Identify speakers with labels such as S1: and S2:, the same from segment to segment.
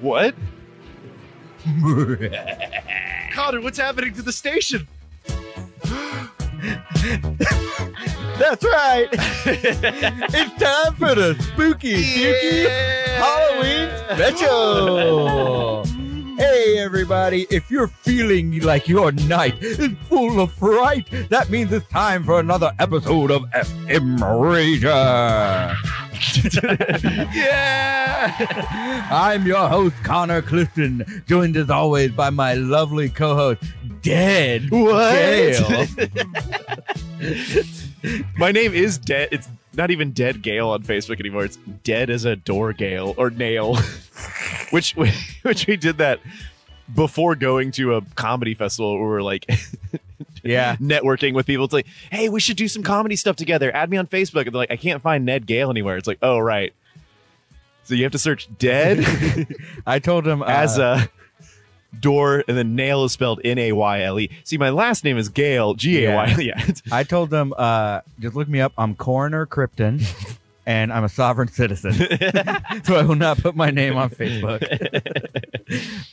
S1: What? Connor, what's happening to the station?
S2: That's right. it's time for the spooky, spooky Halloween special. Hey everybody, if you're feeling like your night is full of fright, that means it's time for another episode of FM Rager.
S1: yeah!
S2: I'm your host, Connor Clifton, joined as always by my lovely co-host, Dead Gale.
S1: My name is Dead. It's not even Dead Gale on Facebook anymore. It's Dead as a Door Gale or Nail, which we- which we did that before going to a comedy festival where we're like
S2: Yeah.
S1: networking with people. It's like, hey, we should do some comedy stuff together. Add me on Facebook. And they're like, I can't find Ned Gale anywhere. It's like, oh right. So you have to search Dead
S2: I told him uh,
S1: as a door, and then nail is spelled N A Y L E. See, my last name is Gale, G A Y. E. Yeah.
S2: I told them, uh, just look me up. I'm Coroner Krypton, and I'm a sovereign citizen. so I will not put my name on Facebook.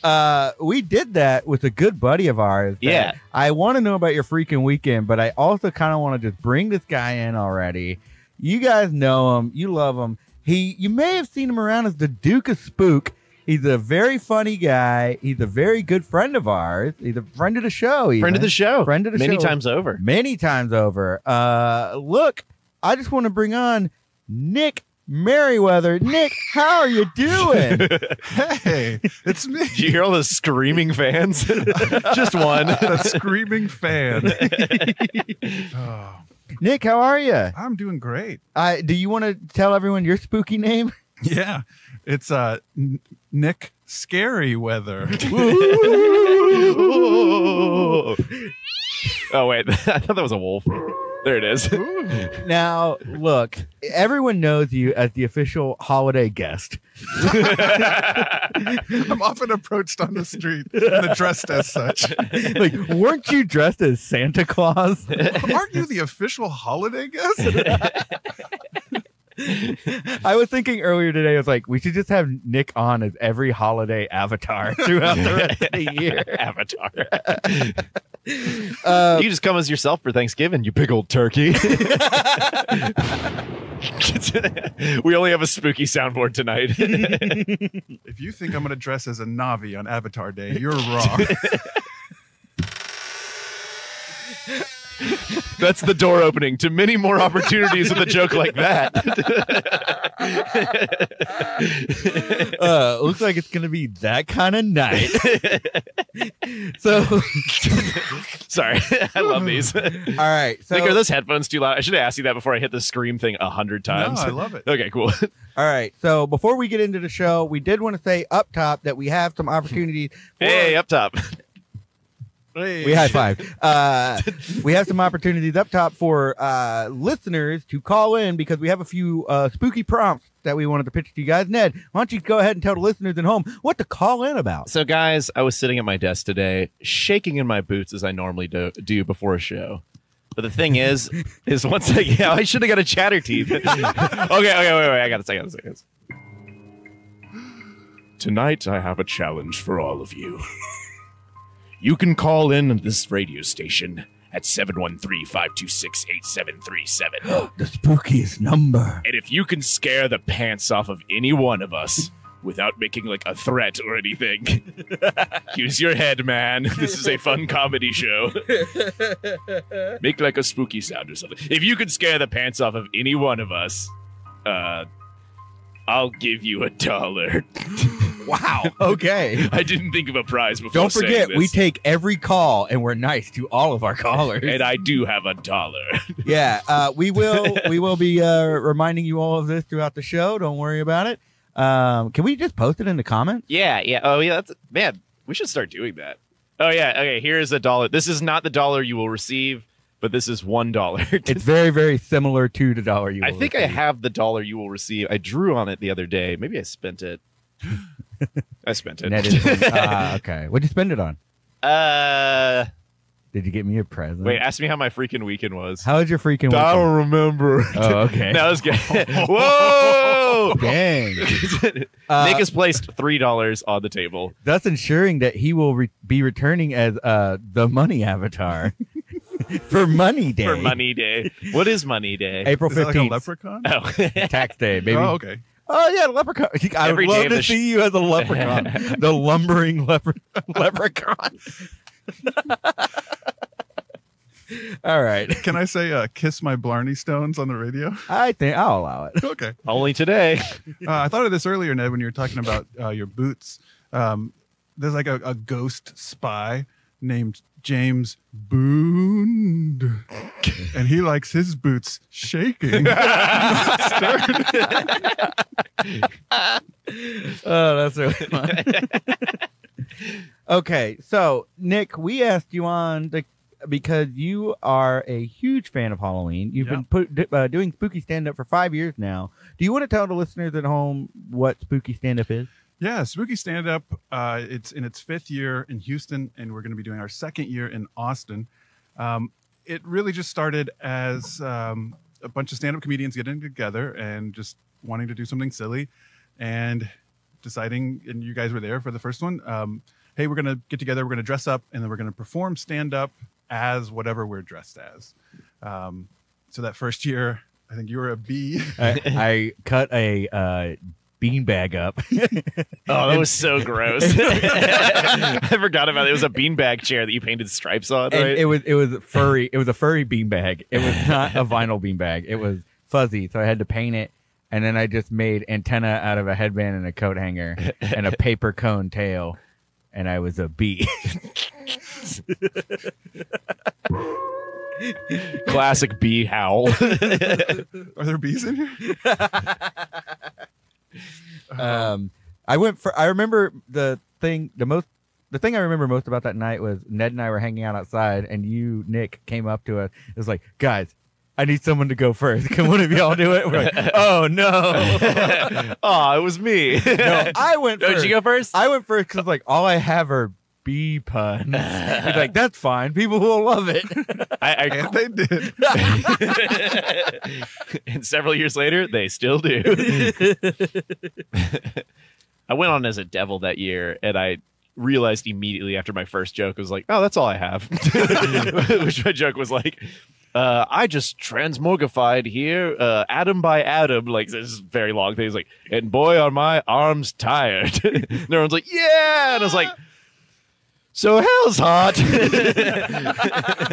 S2: uh, we did that with a good buddy of ours. that
S1: Yeah.
S2: I want to know about your freaking weekend, but I also kind of want to just bring this guy in already. You guys know him. You love him. He, you may have seen him around as the Duke of Spook. He's a very funny guy. He's a very good friend of ours. He's a friend of the show.
S1: Friend
S2: even
S1: of the show.
S2: Friend of the
S1: Many
S2: show.
S1: times over.
S2: many times over. Uh, look, I just want to bring on Nick Merriweather. Nick, how are you doing?
S3: Hey, it's me.
S1: Did you hear all the screaming fans? Just one.
S3: the screaming fan. oh,
S2: Nick, how are you?
S3: I'm doing great.
S2: Uh, do you want to tell everyone your spooky name?
S3: Yeah, it's uh, N- Nick Scary Weather.
S1: oh wait, I thought that was a wolf. There it is.
S2: Now, look, everyone knows you as the official holiday guest.
S3: I'm often approached on the street and addressed as such.
S2: Like, weren't you dressed as Santa Claus?
S3: Aren't you the official holiday guest?
S2: I was thinking earlier today, I was like, we should just have Nick on as every holiday avatar throughout the rest of the year.
S1: Avatar.
S2: Uh,
S1: you just come as yourself for Thanksgiving, you big old turkey. we only have a spooky soundboard tonight.
S3: If you think I'm going to dress as a Navi on Avatar Day, you're wrong.
S1: That's the door opening to many more opportunities with a joke like that.
S2: uh, looks like it's gonna be that kind of night. so, all
S1: Sorry, I love these. Like,
S2: right. So,
S1: are those headphones too loud? I should have asked you that before I hit the scream thing a hundred
S3: no,
S1: times.
S3: I love it.
S1: okay, cool.
S2: all right. So, before we get into the show, we did want to say up top that we have some opportunities. For,
S1: Hey, up top.
S3: Hey.
S2: we high five. Uh, we have some opportunities up top for uh, listeners to call in because we have a few uh, spooky prompts that we wanted to pitch to you guys. Ned, why don't you go ahead and tell the listeners at home what to call in about?
S1: So, guys, I was sitting at my desk today, shaking in my boots as I normally do, do before a show. But the thing is, is once I yeah, I should have got a chatter teeth. okay, okay, wait, wait, I got this, I got this, I got this. Tonight, I have a challenge for all of you. You can call in at this radio station at 713 526 8737.
S2: The spookiest number.
S1: And if you can scare the pants off of any one of us without making like a threat or anything, use your head, man. This is a fun comedy show. Make like a spooky sound or something. If you can scare the pants off of any one of us, uh, I'll give you a dollar.
S2: Wow. Okay.
S1: I didn't think of a prize before.
S2: Don't
S1: saying
S2: forget, we
S1: this.
S2: take every call and we're nice to all of our callers.
S1: and I do have a dollar.
S2: yeah, uh, we will we will be uh, reminding you all of this throughout the show. Don't worry about it. Um, can we just post it in the comments?
S1: Yeah, yeah. Oh, yeah. That's man. We should start doing that. Oh yeah. Okay. Here is a dollar. This is not the dollar you will receive, but this is one dollar.
S2: It's very very similar to the dollar you.
S1: I
S2: will
S1: think I
S2: receive.
S1: have the dollar you will receive. I drew on it the other day. Maybe I spent it. I spent
S2: That is-
S1: it.
S2: ah, okay. What'd you spend it on?
S1: uh,
S2: Did you get me a present?
S1: wait. Ask me how my freaking weekend was.
S2: how was your freaking? weekend?
S1: remember.
S2: Oh, okay.
S1: No, that was good. Whoa! Whoa!
S4: Dang.
S2: Uh,
S1: Nick has placed three dollars on the table.
S2: thus ensuring that he will re- be returning as uh, the money avatar for Money Day,
S1: for Money Day. What is Money Day?
S2: April
S3: Is that like a
S2: fifteenth,
S3: leprechaun?
S1: Oh,
S2: tax day, baby.
S3: Oh, okay.
S2: Oh yeah, leprechaun. I
S1: Every
S2: would
S1: day
S2: love
S1: of
S2: to
S1: the sh-
S2: see you as a leprechaun, the lumbering lepre- leprechaun. All right,
S3: Can I say uh, "Kiss My Blarney Stones" on the radio?
S2: I think I'll allow it.
S3: okay.
S1: only today.
S3: Uh, I thought of this earlier, Ned, when you were talking about uh, your boots. Um, there's like a, a ghost spy named James Boond, and he likes his boots shaking.
S2: Oh, that's really fun. okay, so Nick, we asked you on the because you are a huge fan of Halloween. You've
S3: Yeah.
S2: been put, d- uh, doing spooky stand up for five years now. Do you want to tell the listeners at home what spooky stand up is?
S3: Yeah, Spooky Stand Up. Uh, it's in its fifth year in Houston, and we're going to be doing our second year in Austin. Um, it really just started as um, a bunch of stand up comedians getting together and just wanting to do something silly and deciding, and you guys were there for the first one. Um, hey, we're going to get together, we're going to dress up, and then we're going to perform stand up as whatever we're dressed as. Um, so that first year, I think you were a B.
S2: I, I cut a uh, beanbag up.
S1: Oh, that was so gross. I forgot about it. It was a beanbag chair that you painted stripes on,
S2: And
S1: right?
S2: it was it was furry. It was a furry beanbag. It was not a vinyl beanbag. It was fuzzy, so I had to paint it. And then I just made antenna out of a headband and a coat hanger and a paper cone tail, and I was a bee.
S1: Classic bee howl.
S3: Are there bees in here?
S1: Uh-huh.
S2: um, I went for. I remember the thing. The most. The thing I remember most about that night was Ned and I were hanging out outside, and you, Nick, came up to us. It was like, guys, I need someone to go first. Can one of y'all do it? We're like, oh no,
S1: oh, it was me.
S2: no, I went.
S1: Oh, did
S2: first.
S1: you go first?
S2: I went first because like all I have are bee puns. He's like, that's fine. People will love it.
S1: I,
S3: And they did.
S1: I and several years later, they still do. I went on as a devil that year, and I realized immediately after my first joke was like, "Oh, that's all I have," which my joke was like. Uh, I just transmogrified here, uh, atom by atom. Like this is very long thing. It's like, and boy, are my arms tired. and everyone's like, yeah. And I was like, so hell's hot.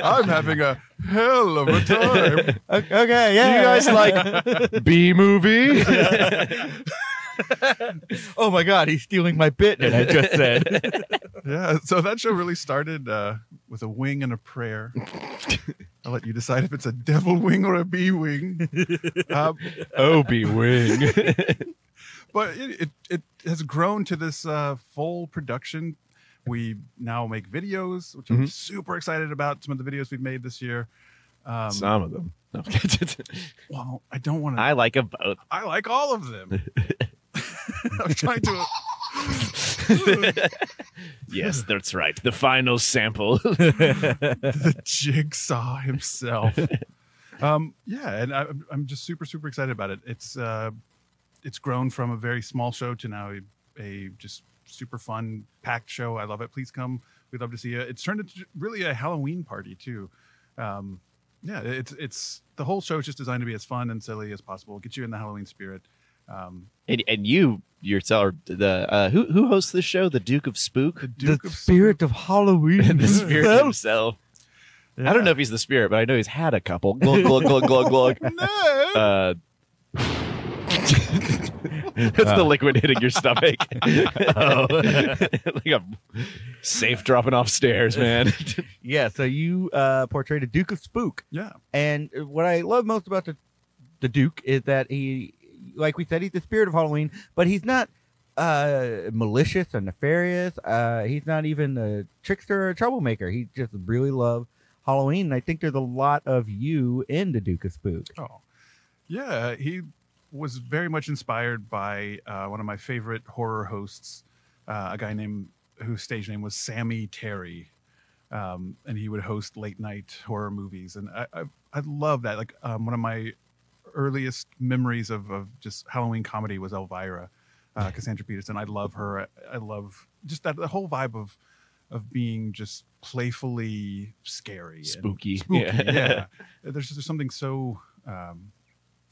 S3: I'm having a hell of a time.
S2: O- okay, yeah.
S1: You guys like B movie?
S2: Oh my god, he's stealing my bit that I just said.
S3: yeah. So that show really started uh, with a wing and a prayer. I'll let you decide if it's a devil wing or a bee wing. Um,
S1: Obi Wing.
S3: but it, it, it has grown to this uh, full production. We now make videos, which I'm
S1: Mhm.
S3: super excited about. Some of the videos we've made this year. Um,
S1: Some of them.
S3: well, I don't want to. I,
S1: I like a boat.
S3: like all of them. I'm trying to.
S1: Yes, that's right. The final sample.
S3: the jigsaw himself. um, yeah, and I, I'm just super super excited about it. It's uh, it's grown from a very small show to now a, a just super fun packed show. I love it. Please come. We'd love to see you. It's turned into really a Halloween party too. Um, yeah, it's it's the whole show is just designed to be as fun and silly as possible. Get you in the Halloween spirit. Um,
S1: and, and you yourself, the uh, who who hosts this show? The Duke of Spook,
S3: the Duke
S2: the
S3: of
S2: spirit of Halloween.
S1: the spirit
S2: himself.
S1: himself. I don't know if he's the spirit, but I know he's had a couple. Glug glug glug glug glug.
S3: No.
S1: Uh, that's the liquid hitting your stomach. like a safe dropping off stairs, man.
S2: Yeah, so you uh, portrayed a Duke of Spook,
S3: yeah.
S2: and what I love most about the the Duke is that he, like we said, he's the spirit of Halloween, but he's not uh malicious or nefarious uh he's not even a trickster or a troublemaker he just really loves halloween and i think there's a lot of you in the duke of spook
S3: Oh, yeah. He was very much inspired by uh, one of my favorite horror hosts, uh, a guy named whose stage name was Sammy Terry, um, and he would host late night horror movies, and I I, I love that. Like um, one of my earliest memories of, of just Halloween comedy was Elvira, uh, Cassandra Peterson. I love her. I, I love just that the whole vibe of of being just playfully scary, and
S5: Spooky.
S3: spooky.
S5: Yeah.
S3: Yeah. Uh, there's just there's something so um,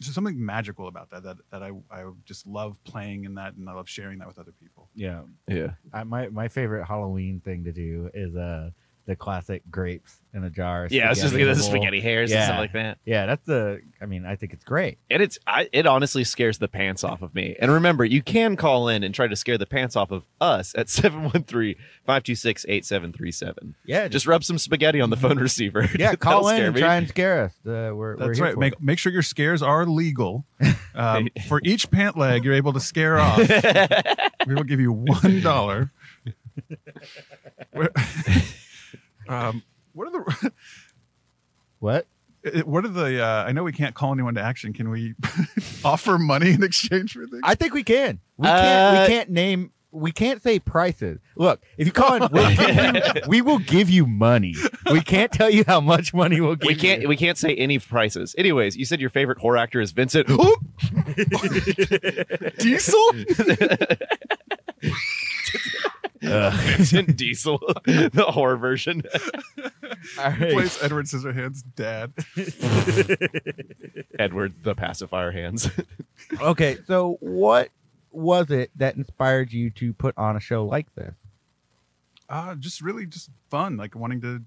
S3: just something magical about that that that I I just love playing in that and I love sharing that with other people.
S2: Yeah.
S5: Yeah.
S2: I, my my favorite Halloween thing to do is uh the classic grapes in a jar.
S1: Yeah, I was just looking at the
S2: in a bowl.
S1: spaghetti hairs and
S2: Yeah.
S1: stuff like that.
S2: Yeah, that's the. I mean, I think it's great.
S1: And it's I, it honestly scares the pants off of me. And remember, you can call in and try to scare the pants off of us at 713-526-8737.
S2: Yeah,
S1: Just rub some spaghetti on the phone receiver.
S2: yeah.
S1: That'll
S2: Call in
S1: scare
S2: and
S1: me.
S2: try and scare us. Uh, we're we're
S3: That's
S2: here
S3: right.
S2: for
S3: Make
S2: it.
S3: make sure your scares are legal. Um, for each pant leg you're able to scare off, we will give you one dollar. Where- um, what are the
S2: what?
S3: it- what are the? Uh, I know we can't call anyone to action. Can we offer money in exchange for things?
S2: I think we can. We can't.
S1: Uh,
S2: we can't name. We can't say prices. Look, if you call in, we'll give you, we will give you money. We can't tell you how much money we'll give.
S1: We can't
S2: You.
S1: we can't say any prices. Anyways, you said your favorite horror actor is Vincent. Oh! Diesel?
S2: Ugh.
S1: Vincent Diesel, the horror version.
S2: All right.
S3: Place Edward Scissorhands' dad.
S1: Edward, the pacifier hands.
S2: Okay. So, what was it that inspired you to put on a show like this?
S3: uh, just really just fun like wanting to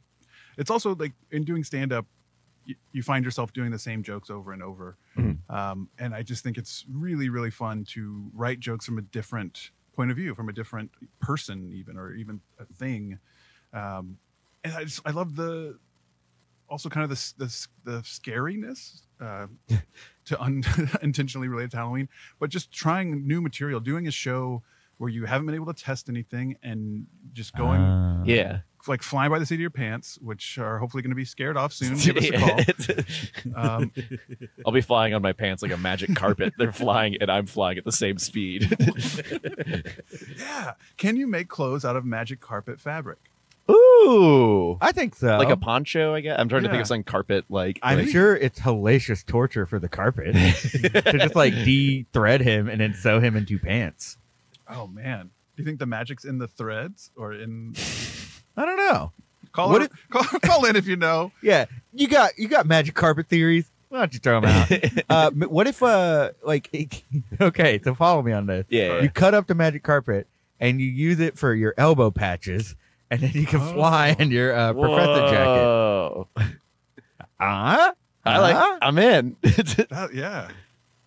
S3: it's also like in doing stand up you, you find yourself doing the same jokes over and over
S5: Mhm.
S3: um, and i just think it's really really fun to write jokes from a different point of view from a different person even or even a thing um, and i just i love the also kind of the s- the, s- the scariness uh, to un- intentionally relate to halloween but just trying new material doing a show where you haven't been able to test anything and just going
S2: Uh,
S1: Yeah.
S3: like flying by the seat of your pants, which are hopefully going to be scared off soon. Give us a call. Um,
S1: I'll be flying on my pants like a magic carpet. They're flying and I'm flying at the same speed.
S3: yeah. Can you make clothes out of magic carpet fabric?
S1: Ooh.
S2: I think so.
S1: Like a poncho, I guess. I'm trying to think
S3: Yeah.
S1: of something carpet like.
S2: I'm
S1: like-
S2: sure it's hellacious torture for the carpet to just like de-thread him and then sew him into pants.
S3: Oh, man. Do you think the magic's in the threads or in.
S2: I don't know.
S3: Call,
S2: What
S3: in, call, call in if you know.
S2: Yeah, you got you got magic carpet theories. Why don't you throw them out? uh, m- what if uh like okay, so follow me on this.
S1: Yeah.
S2: You cut up the magic carpet and you use it for your elbow patches, and then you can fly in your uh, professor jacket.
S1: Oh. Whoa. Uh-huh.
S2: Ah,
S1: I like.
S2: Huh?
S1: I'm in.
S3: That- yeah.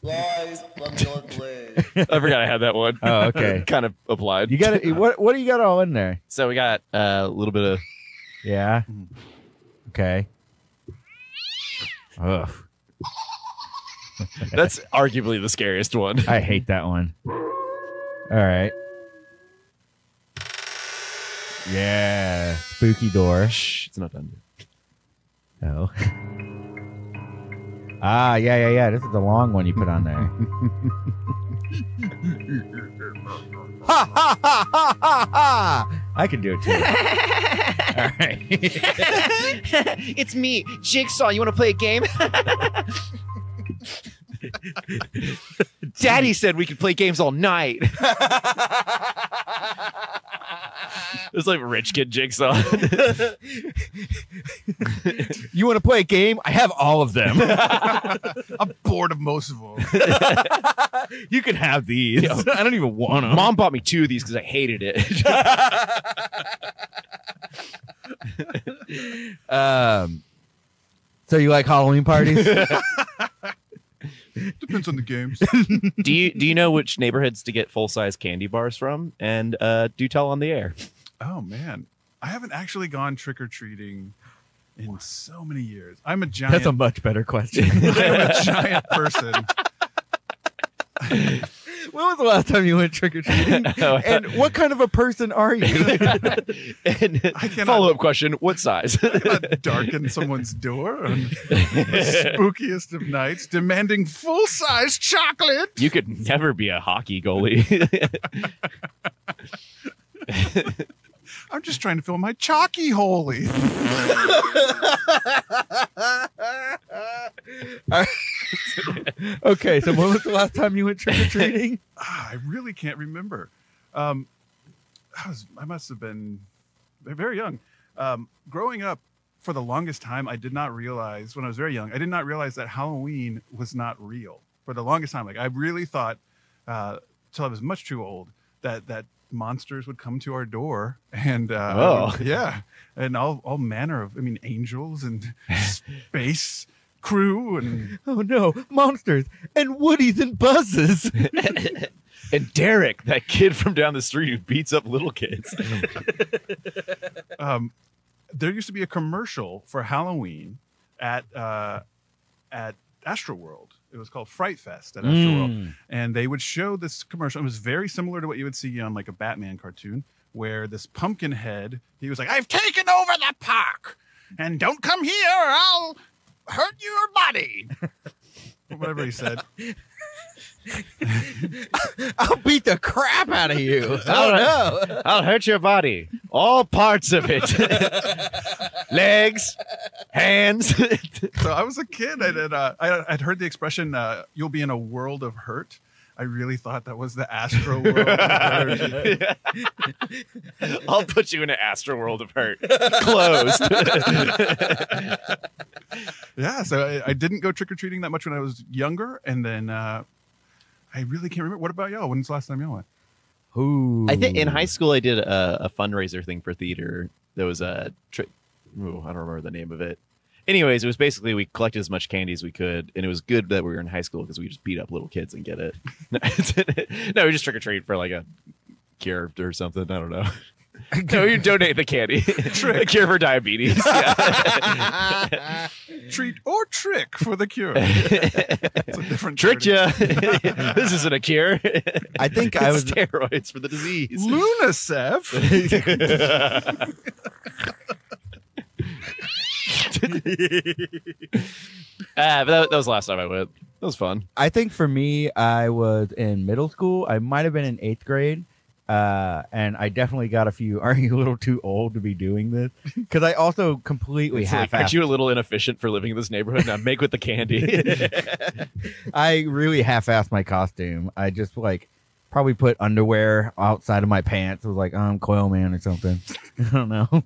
S6: Lies from your brain.
S1: I forgot I had that one.
S2: Oh, okay.
S1: kind of applied.
S2: you got it. What what do you got all in there?
S1: so we got uh, a little bit of
S2: Yeah.
S3: Mm.
S2: Okay. Ugh,
S1: That's arguably the scariest one.
S2: I hate that one. All right. Yeah, spooky door.
S1: Shh, it's not done. yet.
S2: Oh. Ah, yeah, yeah, yeah. This is the long one you put on there. ha ha ha ha ha ha! I can do it too. All right.
S1: it's me, Jigsaw. You want to play a game? Daddy said we could play games all night. it's like rich kid Jigsaw.
S2: You want to play a game? I have all of them.
S3: I'm bored of most of them.
S2: you can have these. I don't even want them.
S1: Mom bought me two of these because I hated it.
S2: Um, so you like Halloween parties?
S3: Depends on the games.
S1: do you do you know which neighborhoods to get full size candy bars from? And uh, do tell on the air.
S3: Oh, man. I haven't actually gone trick or treating in so many years. I'm a giant.
S2: That's a much better question.
S3: I'm a giant person.
S2: when was the last time you went trick or treating?
S1: Oh,
S2: And what kind of a person are you?
S1: and
S3: I cannot-
S1: follow up question: What size?
S3: not darken someone's door on the spookiest of nights, demanding full size chocolate.
S1: You could never be a hockey goalie.
S3: I'm just trying to fill my chalky holy.
S2: Okay, so when was the last time you went trick or treating?
S3: Ah, I really can't remember. Um, I was I must have been very young. Um, growing up, for the longest time, I did not realize when I was very young, I did not realize that Halloween was not real. For the longest time, like I really thought, uh, till I was much too old, that that monsters would come to our door and uh,
S1: Oh.
S3: yeah, and all all manner of I mean angels and space crew and
S2: oh no, monsters and woodies and buzzes.
S1: And Derek, that kid from down the street who beats up little kids.
S3: um, there used to be a commercial for Halloween at uh, at Astroworld. It was called Fright Fest
S2: Mm.
S3: at Astroworld,
S1: Mm.
S3: and they would show this commercial. It was very similar to what you would see on like a Batman cartoon, where this pumpkin head he was like, "I've taken over the park, and don't come here, or I'll hurt your body." Or Whatever he said.
S7: I'll beat the crap out of you.
S1: All right.
S7: Oh no.
S1: I'll hurt your body, all parts of it, legs, hands.
S3: So I was a kid, and, and uh, I, I'd heard the expression uh, "you'll be in a world of hurt." I really thought that was the Astro World. of hurt.
S1: I'll put you in an astral world of hurt. Closed.
S3: Yeah, so I, I didn't go trick or treating that much when I was younger, and then uh, I really can't remember. What about y'all? When's the last time y'all went?
S2: Ooh.
S1: I think in high school I did a, a fundraiser thing for theater. There was a tri- Ooh, I don't remember the name of it. Anyways, it was basically we collected as much candy as we could, and it was good that we were in high school because we just beat up little kids and get it. no, we just trick or treat for like a cure or something. I don't know. no, you donate the candy. a cure for diabetes. Yeah.
S3: Treat or trick for the cure? it's a different
S1: Tricked
S3: charity.
S1: ya. this isn't a cure.
S7: I think I was
S1: steroids for the disease.
S3: Lunacef.
S1: Ah, but that, that was the last time I went. That was fun.
S2: I think for me, I was in middle school. I might have been in eighth grade. Uh, and I definitely got a few. Are you a little too old to be doing this? Because I also completely
S1: It's like,
S2: half
S1: aren't you a little inefficient for living in this neighborhood? Now make with the candy.
S2: I really half-assed my costume. I just like probably put underwear outside of my pants. It was like I'm Coil Man or something. I don't know.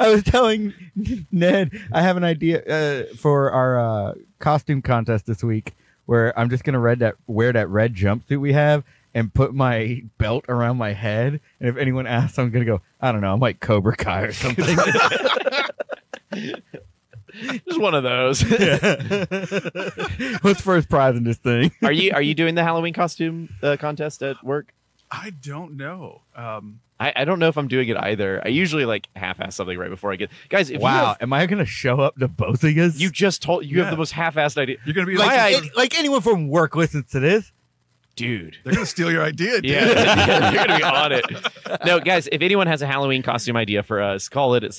S2: I was telling Ned I have an idea uh, for our uh, costume contest this week where I'm just gonna red that wear that red jumpsuit we have and put my belt around my head. And if anyone asks, I'm gonna go. I don't know. I'm like Cobra Kai or something.
S1: Just one of those.
S2: What's first prize in this thing?
S1: Are you are you doing the Halloween costume uh, contest at work?
S3: I don't know. Um,
S1: I, I don't know if I'm doing it either. I usually like half-ass something right before I get. Guys, if
S2: wow,
S1: you, have-
S2: am I gonna show up to both of you?
S1: you just told you
S3: Yeah.
S1: have the most half-assed idea,
S3: you're gonna be
S2: like,
S3: like,
S1: My
S2: an- like anyone from work listens to this.
S1: dude.
S3: they're gonna steal your idea. Dude.
S1: Yeah, you're gonna be on it. No, guys, if anyone has a Halloween costume idea for us, call it at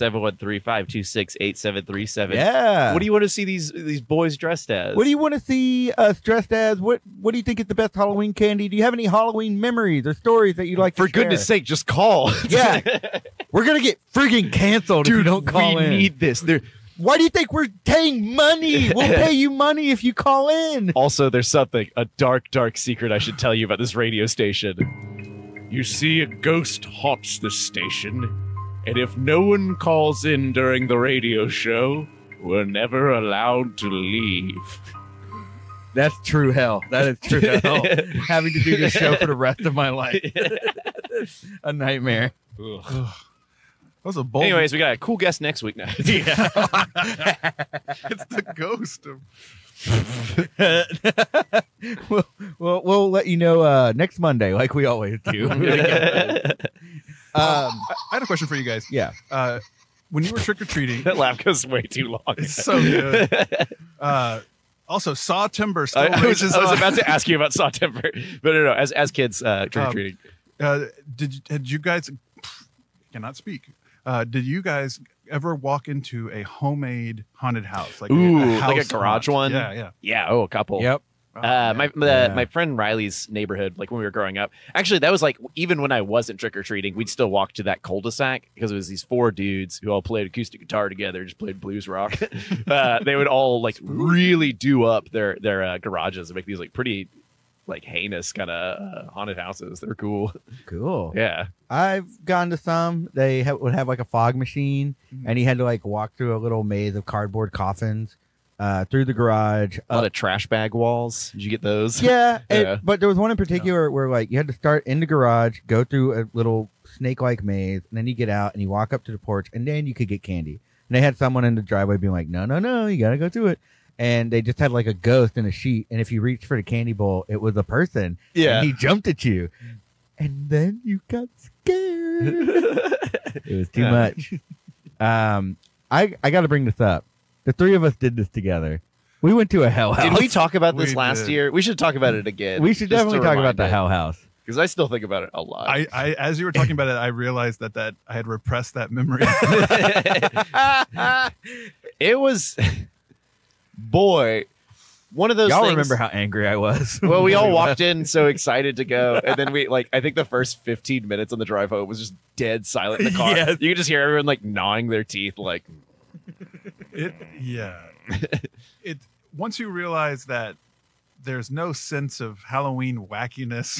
S1: 713-526-8737.
S2: Yeah.
S1: What do you want to see these these boys dressed as?
S2: What do you want to see us dressed as? What What do you think is the best Halloween candy? Do you have any Halloween memories or stories that you'd like?
S1: for
S2: to share?
S1: goodness sake, just call.
S2: yeah, we're gonna get friggin' canceled if you don't call
S1: we
S2: in.
S1: need this. There,
S2: Why do you think we're paying money? We'll pay you money if you call in.
S1: Also, there's something, a dark, dark secret I should tell you about this radio station.
S5: You see, a ghost haunts this station, and if no one calls in during the radio show, we're never allowed to leave.
S2: That's true hell. That is true hell. Having to do this show for the rest of my life, a nightmare.
S3: That was a bold.
S1: Anyways, we got a cool guest next week now.
S3: it's the ghost of
S2: We'll, we'll, we'll let you know uh, next Monday, like we always do. um,
S3: I had a question for you guys.
S2: yeah.
S3: Uh, when you were trick or treating,
S1: that laugh goes way too long.
S3: it's so good. Uh, also, saw timber. Still
S1: I, I was,
S3: rages
S1: I was
S3: up.
S1: about to ask you about saw temper, but no, no. As as kids, uh, trick or treating.
S3: Uh, did you- had you guys cannot speak? Uh, did you guys ever walk into a homemade haunted house, like
S1: Ooh, like a
S3: house
S1: garage one?
S3: Yeah, yeah.
S1: yeah, oh, a couple.
S2: Yep.
S1: Uh, my my-
S2: Yeah.
S1: my friend Riley's neighborhood, like when we were growing up, actually that was like even when I wasn't trick or treating, we'd still walk to that cul-de-sac because it was these four dudes who all played acoustic guitar together, just played blues rock. uh, they would all like really do up their their uh, garages and make these like pretty like heinous kind of uh, haunted houses. They're cool.
S2: Cool.
S1: Yeah,
S2: I've gone to some. They ha- would have like a fog machine, and he had to like walk through a little maze of cardboard coffins uh, through the garage.
S1: a lot of trash bag walls. Did you get those?
S2: yeah, it-
S1: Yeah.
S2: but there was one in particular where like you had to start in the garage, go through a little snake-like maze, and then you get out and you walk up to the porch, and then you could get candy. And they had someone in the driveway being like, "No, no, no, you gotta go through it." And they just had like a ghost in a sheet, and if you reached for the candy bowl, it was a person.
S1: Yeah.
S2: and he jumped at you, and then you got scared. It was too
S1: Yeah.
S2: much. Um, I I got to bring this up. The three of us did this together. We went to a hell house.
S1: Did we talk about this
S3: We
S1: last
S3: did.
S1: year? We should talk about it again.
S2: We should definitely talk about the
S1: house
S2: hell house.
S1: because I still think about it a lot.
S3: I, I as you were talking about it, I realized that that I had repressed that memory.
S1: it was boy one of those
S2: Y'all
S1: things
S2: remember how angry I was?
S1: well we all walked in so excited to go and then we like i think the first 15 minutes on the drive home was just dead silent in the car
S2: Yes.
S1: you could just hear everyone like gnawing their teeth like
S3: it yeah. It once you realize that there's no sense of Halloween wackiness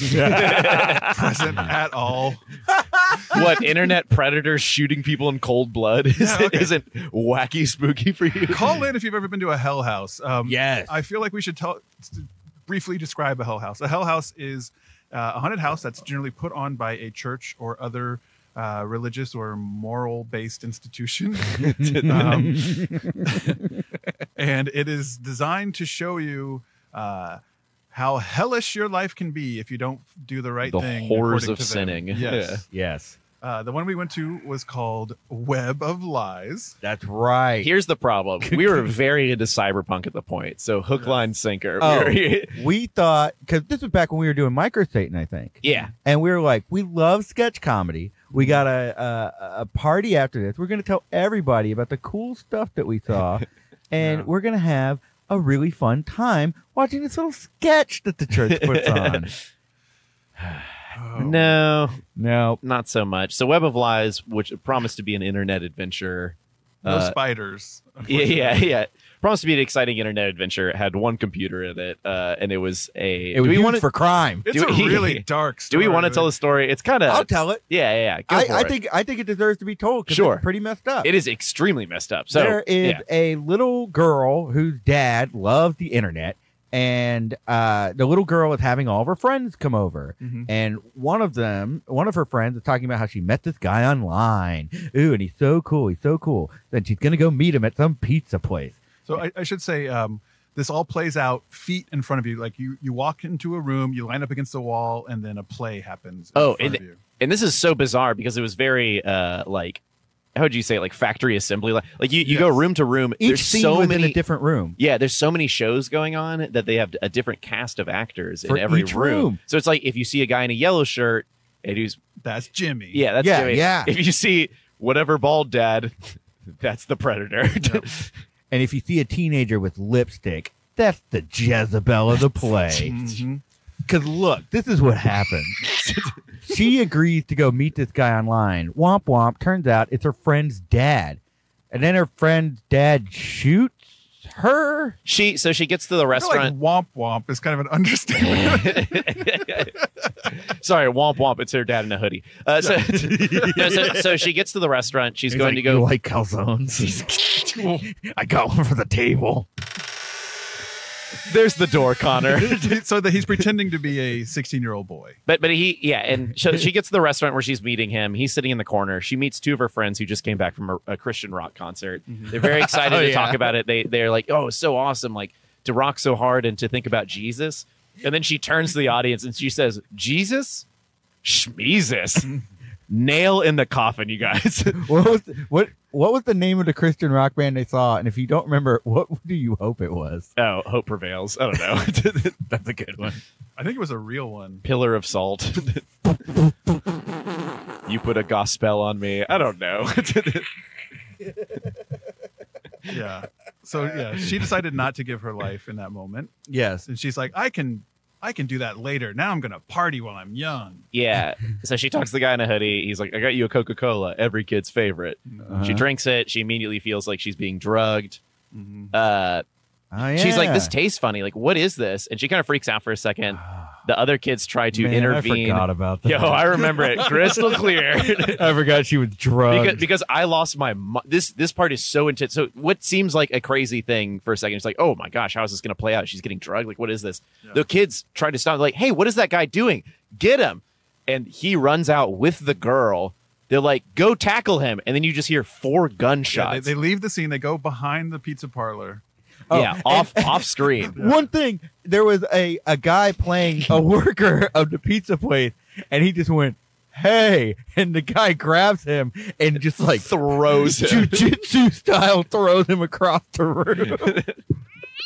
S3: present at all.
S1: what internet predators shooting people in cold blood is,
S3: Yeah, okay.
S1: isn't wacky spooky for you
S3: Call in if you've ever been to a Hell House. Um,
S2: Yes.
S3: I feel like we should tell briefly describe a hell house. A hell house is uh, a haunted house that's generally put on by a church or other uh, religious or moral based institution. um, and it is designed to show you uh, how hellish your life can be if you don't do the right
S1: The
S3: thing.
S1: horrors
S3: according
S1: of
S3: to them.
S1: sinning. Yeah.
S3: Yes.
S2: yes,
S3: Uh, the one we went to was called Web of Lies.
S2: that's right.
S1: Here's the problem. We were very into cyberpunk at the point. So hook, line, sinker. We
S2: Oh.
S1: were-
S2: we thought because this was back when we were doing micro Satan, I think,
S1: yeah. Mm-hmm.
S2: and we were like, we love sketch comedy. We got a a, a party after this. We're gonna tell everybody about the cool stuff that we saw, and
S3: Yeah.
S2: we're gonna have a really fun time watching this little sketch that the church puts on.
S3: Oh.
S1: No,
S2: no,
S1: not so much. So Web of Lies, which promised to be an internet adventure.
S3: No
S1: uh,
S3: spiders.
S1: yeah, yeah, yeah. Promised to be an exciting internet adventure. It had one computer in it, uh, and it was a.
S2: it was
S1: do we
S2: used
S1: want to?
S2: for crime.
S3: It's
S1: Do
S3: a
S1: we-
S3: really dark
S1: Do
S3: story.
S1: we want to tell the story? It's kind
S2: I'll
S1: of.
S2: tell it.
S1: Yeah, yeah. yeah. Go
S2: I,
S1: for
S2: I
S1: it.
S2: think I think it deserves to be told because
S1: Sure.
S2: it's pretty messed up.
S1: it is extremely messed up. So
S2: there is
S1: yeah.
S2: a little girl whose dad loved the internet, and uh, the little girl is having all of her friends come over.
S3: Mhm.
S2: And one of them, one of her friends, is talking about how she met this guy online. Ooh, and he's so cool. He's so cool. Then she's gonna go meet him at some pizza place.
S3: So I, I should say um, this all plays out feet in front of you. Like you, you walk into a room, you line up against the wall, and then a play happens. In
S1: Oh,
S3: front
S1: and-
S3: of you.
S1: and this is so bizarre because it was very uh like how would you say it? like factory assembly line. Like you, you go
S3: Yes.
S1: room to room.
S2: Each
S1: there's
S2: scene
S1: so
S2: was
S1: many
S2: in a different room.
S1: Yeah, there's so many shows going on that they have a different cast of actors
S2: For
S1: in every
S2: each
S1: room.
S2: room.
S1: So it's like if you see a guy in a yellow shirt and who's
S3: that's Jimmy.
S1: yeah, that's
S2: Yeah,
S1: Jimmy.
S2: yeah.
S1: If you see whatever bald dad, that's the predator.
S2: And if you see a teenager with lipstick, that's the Jezebel of the play.
S3: Mhm.
S2: Because look, this is what happened. she agrees to go meet this guy online. Womp womp. Turns out it's her friend's dad. And then her friend's dad shoots her.
S1: she so she gets to the
S3: I feel like
S1: restaurant.
S3: womp womp is kind of an understatement.
S1: Sorry, womp womp. It's her dad in a hoodie. Uh, so, no, so so she gets to the restaurant. She's
S2: He's
S1: going
S2: like,
S1: to
S2: "You
S1: go.
S2: like calzones. I got one for the table.
S1: There's the door, Connor.
S3: so that he's pretending to be a 16 year old boy.
S1: But but he yeah, and so she gets to the restaurant where she's meeting him. He's sitting in the corner. She meets two of her friends who just came back from a, a Christian rock concert. They're very excited
S2: Oh,
S1: to
S2: yeah.
S1: talk about it. They they're like, oh, it's so awesome, like to rock so hard and to think about Jesus. And then she turns to the audience and she says, Jesus, Schmeezus, nail in the coffin, you guys.
S2: What was what what was the name of the Christian rock band they saw? And if you don't remember, what do you hope it was?
S1: oh, hope prevails. I don't know. That's a good one.
S3: I think it was a real one.
S1: Pillar of salt. you put a gospel on me. I don't know.
S3: Yeah. So yeah, she decided not to give her life in that moment,
S2: Yes.
S3: and she's like, "I can, I can do that later. Now I'm gonna party while I'm young."
S1: Yeah. So she talks to the guy in a hoodie. He's like, I got you a Coca Cola, every kid's favorite.
S2: Uh-huh.
S1: She drinks it. She immediately feels like she's being drugged.
S3: Mhm.
S1: Uh,
S2: Oh, yeah.
S1: She's like, This tastes funny. Like, what is this? And she kind of freaks out for a second. The other kids try to
S2: Man, I
S1: intervene.
S2: forgot about that.
S1: Yo, I remember it crystal clear.
S2: I forgot she was drugged.
S1: because, because I lost my mi- this this part is so intense. So what seems like a crazy thing for a second, it's like, oh my gosh, how is this going to play out? She's getting drugged. Like, what is this?
S3: Yeah.
S1: The kids try to stop. Like, hey, what is that guy doing? Get him! And he runs out with the girl. They're like, go tackle him, and then you just hear four
S3: Yeah,
S1: gunshots.
S3: they, they leave the scene. They go behind the pizza parlor.
S2: Oh,
S1: Yeah, off off screen.
S2: One thing, there was a, a guy playing a worker of the pizza place, and he just went, hey. And the guy grabs him and just like
S1: throws him.
S2: jujitsu style throws him across the room.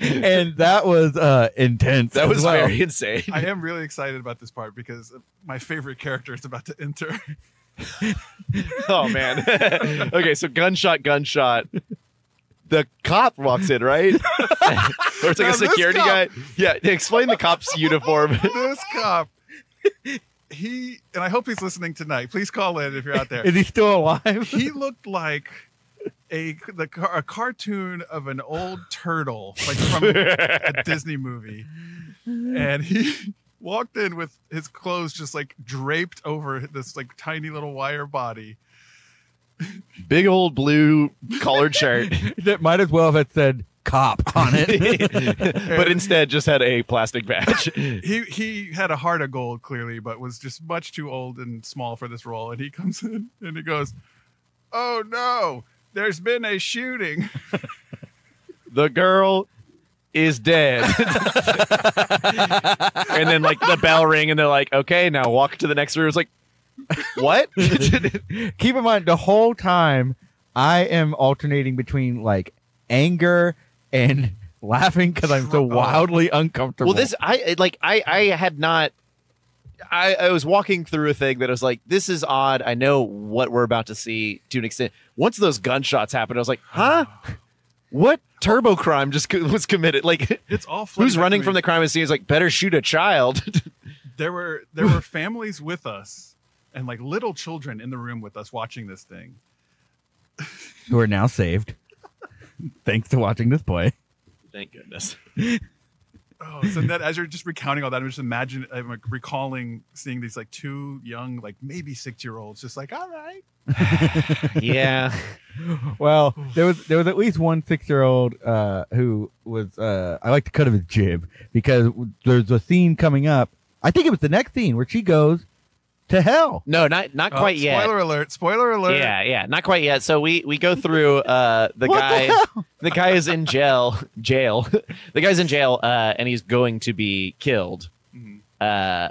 S2: and that was uh, intense.
S1: That
S2: as
S1: was
S2: well.
S1: very insane.
S3: I am really excited about this part because my favorite character is about to enter.
S1: oh man. okay, so gunshot, gunshot. The cop walks in, right? or it's like
S3: Now
S1: a
S3: this
S1: security guy.
S3: cop-
S1: Yeah, explain the cop's uniform.
S3: this cop, he and I hope he's listening tonight. Please call in if you're out there.
S2: Is he still alive?
S3: he looked like a the car- a cartoon of an old turtle, like from a Disney movie, and he walked in with his clothes just like draped over this like tiny little wire body.
S1: Big old blue collared shirt.
S2: that might as well have had said cop on it.
S1: but instead just had a plastic badge.
S3: He he had a heart of gold clearly, but was just much too old and small for this role. And he comes in and he goes, "Oh no." There's been a shooting.
S1: The girl is dead. and then like the bell ring and they're like, okay, now walk to the next room. It's like, what?
S2: Keep in mind, the whole time I am alternating between like anger and laughing because I'm so
S3: Sure.
S2: wildly uncomfortable.
S1: Well, this I it- like I I had not. I, I was walking through a thing that I was like, this is odd. I know what we're about to see to an extent. Once those gunshots happened, I was like, huh? What turbo crime just co- was committed? Like,
S3: It's all flooding
S1: who's
S3: back to
S1: running
S3: me.
S1: from the crime scene is like, better shoot a child.
S3: there were there were families with us and like little children in the room with us watching this thing.
S2: who are now saved. Thanks to watching this play.
S1: Thank goodness.
S3: Oh, so that as you're just recounting all that, I'm just imagine I'm like recalling seeing these like two young, like maybe six year olds, just like all right,
S1: Yeah.
S2: Well, there was there was at least one six year old uh, who was uh, I like the cut of his jib because there's a scene coming up. I think it was the next scene where she goes to hell.
S1: No, not not
S3: Oh,
S1: quite yet.
S3: Spoiler alert! Spoiler alert!
S1: Yeah, yeah, not quite yet. So we we go through uh the
S2: What the
S1: guy the, guy is in jail, jail. the guy's in jail uh and he's going to be killed.
S3: Mhm.
S1: Uh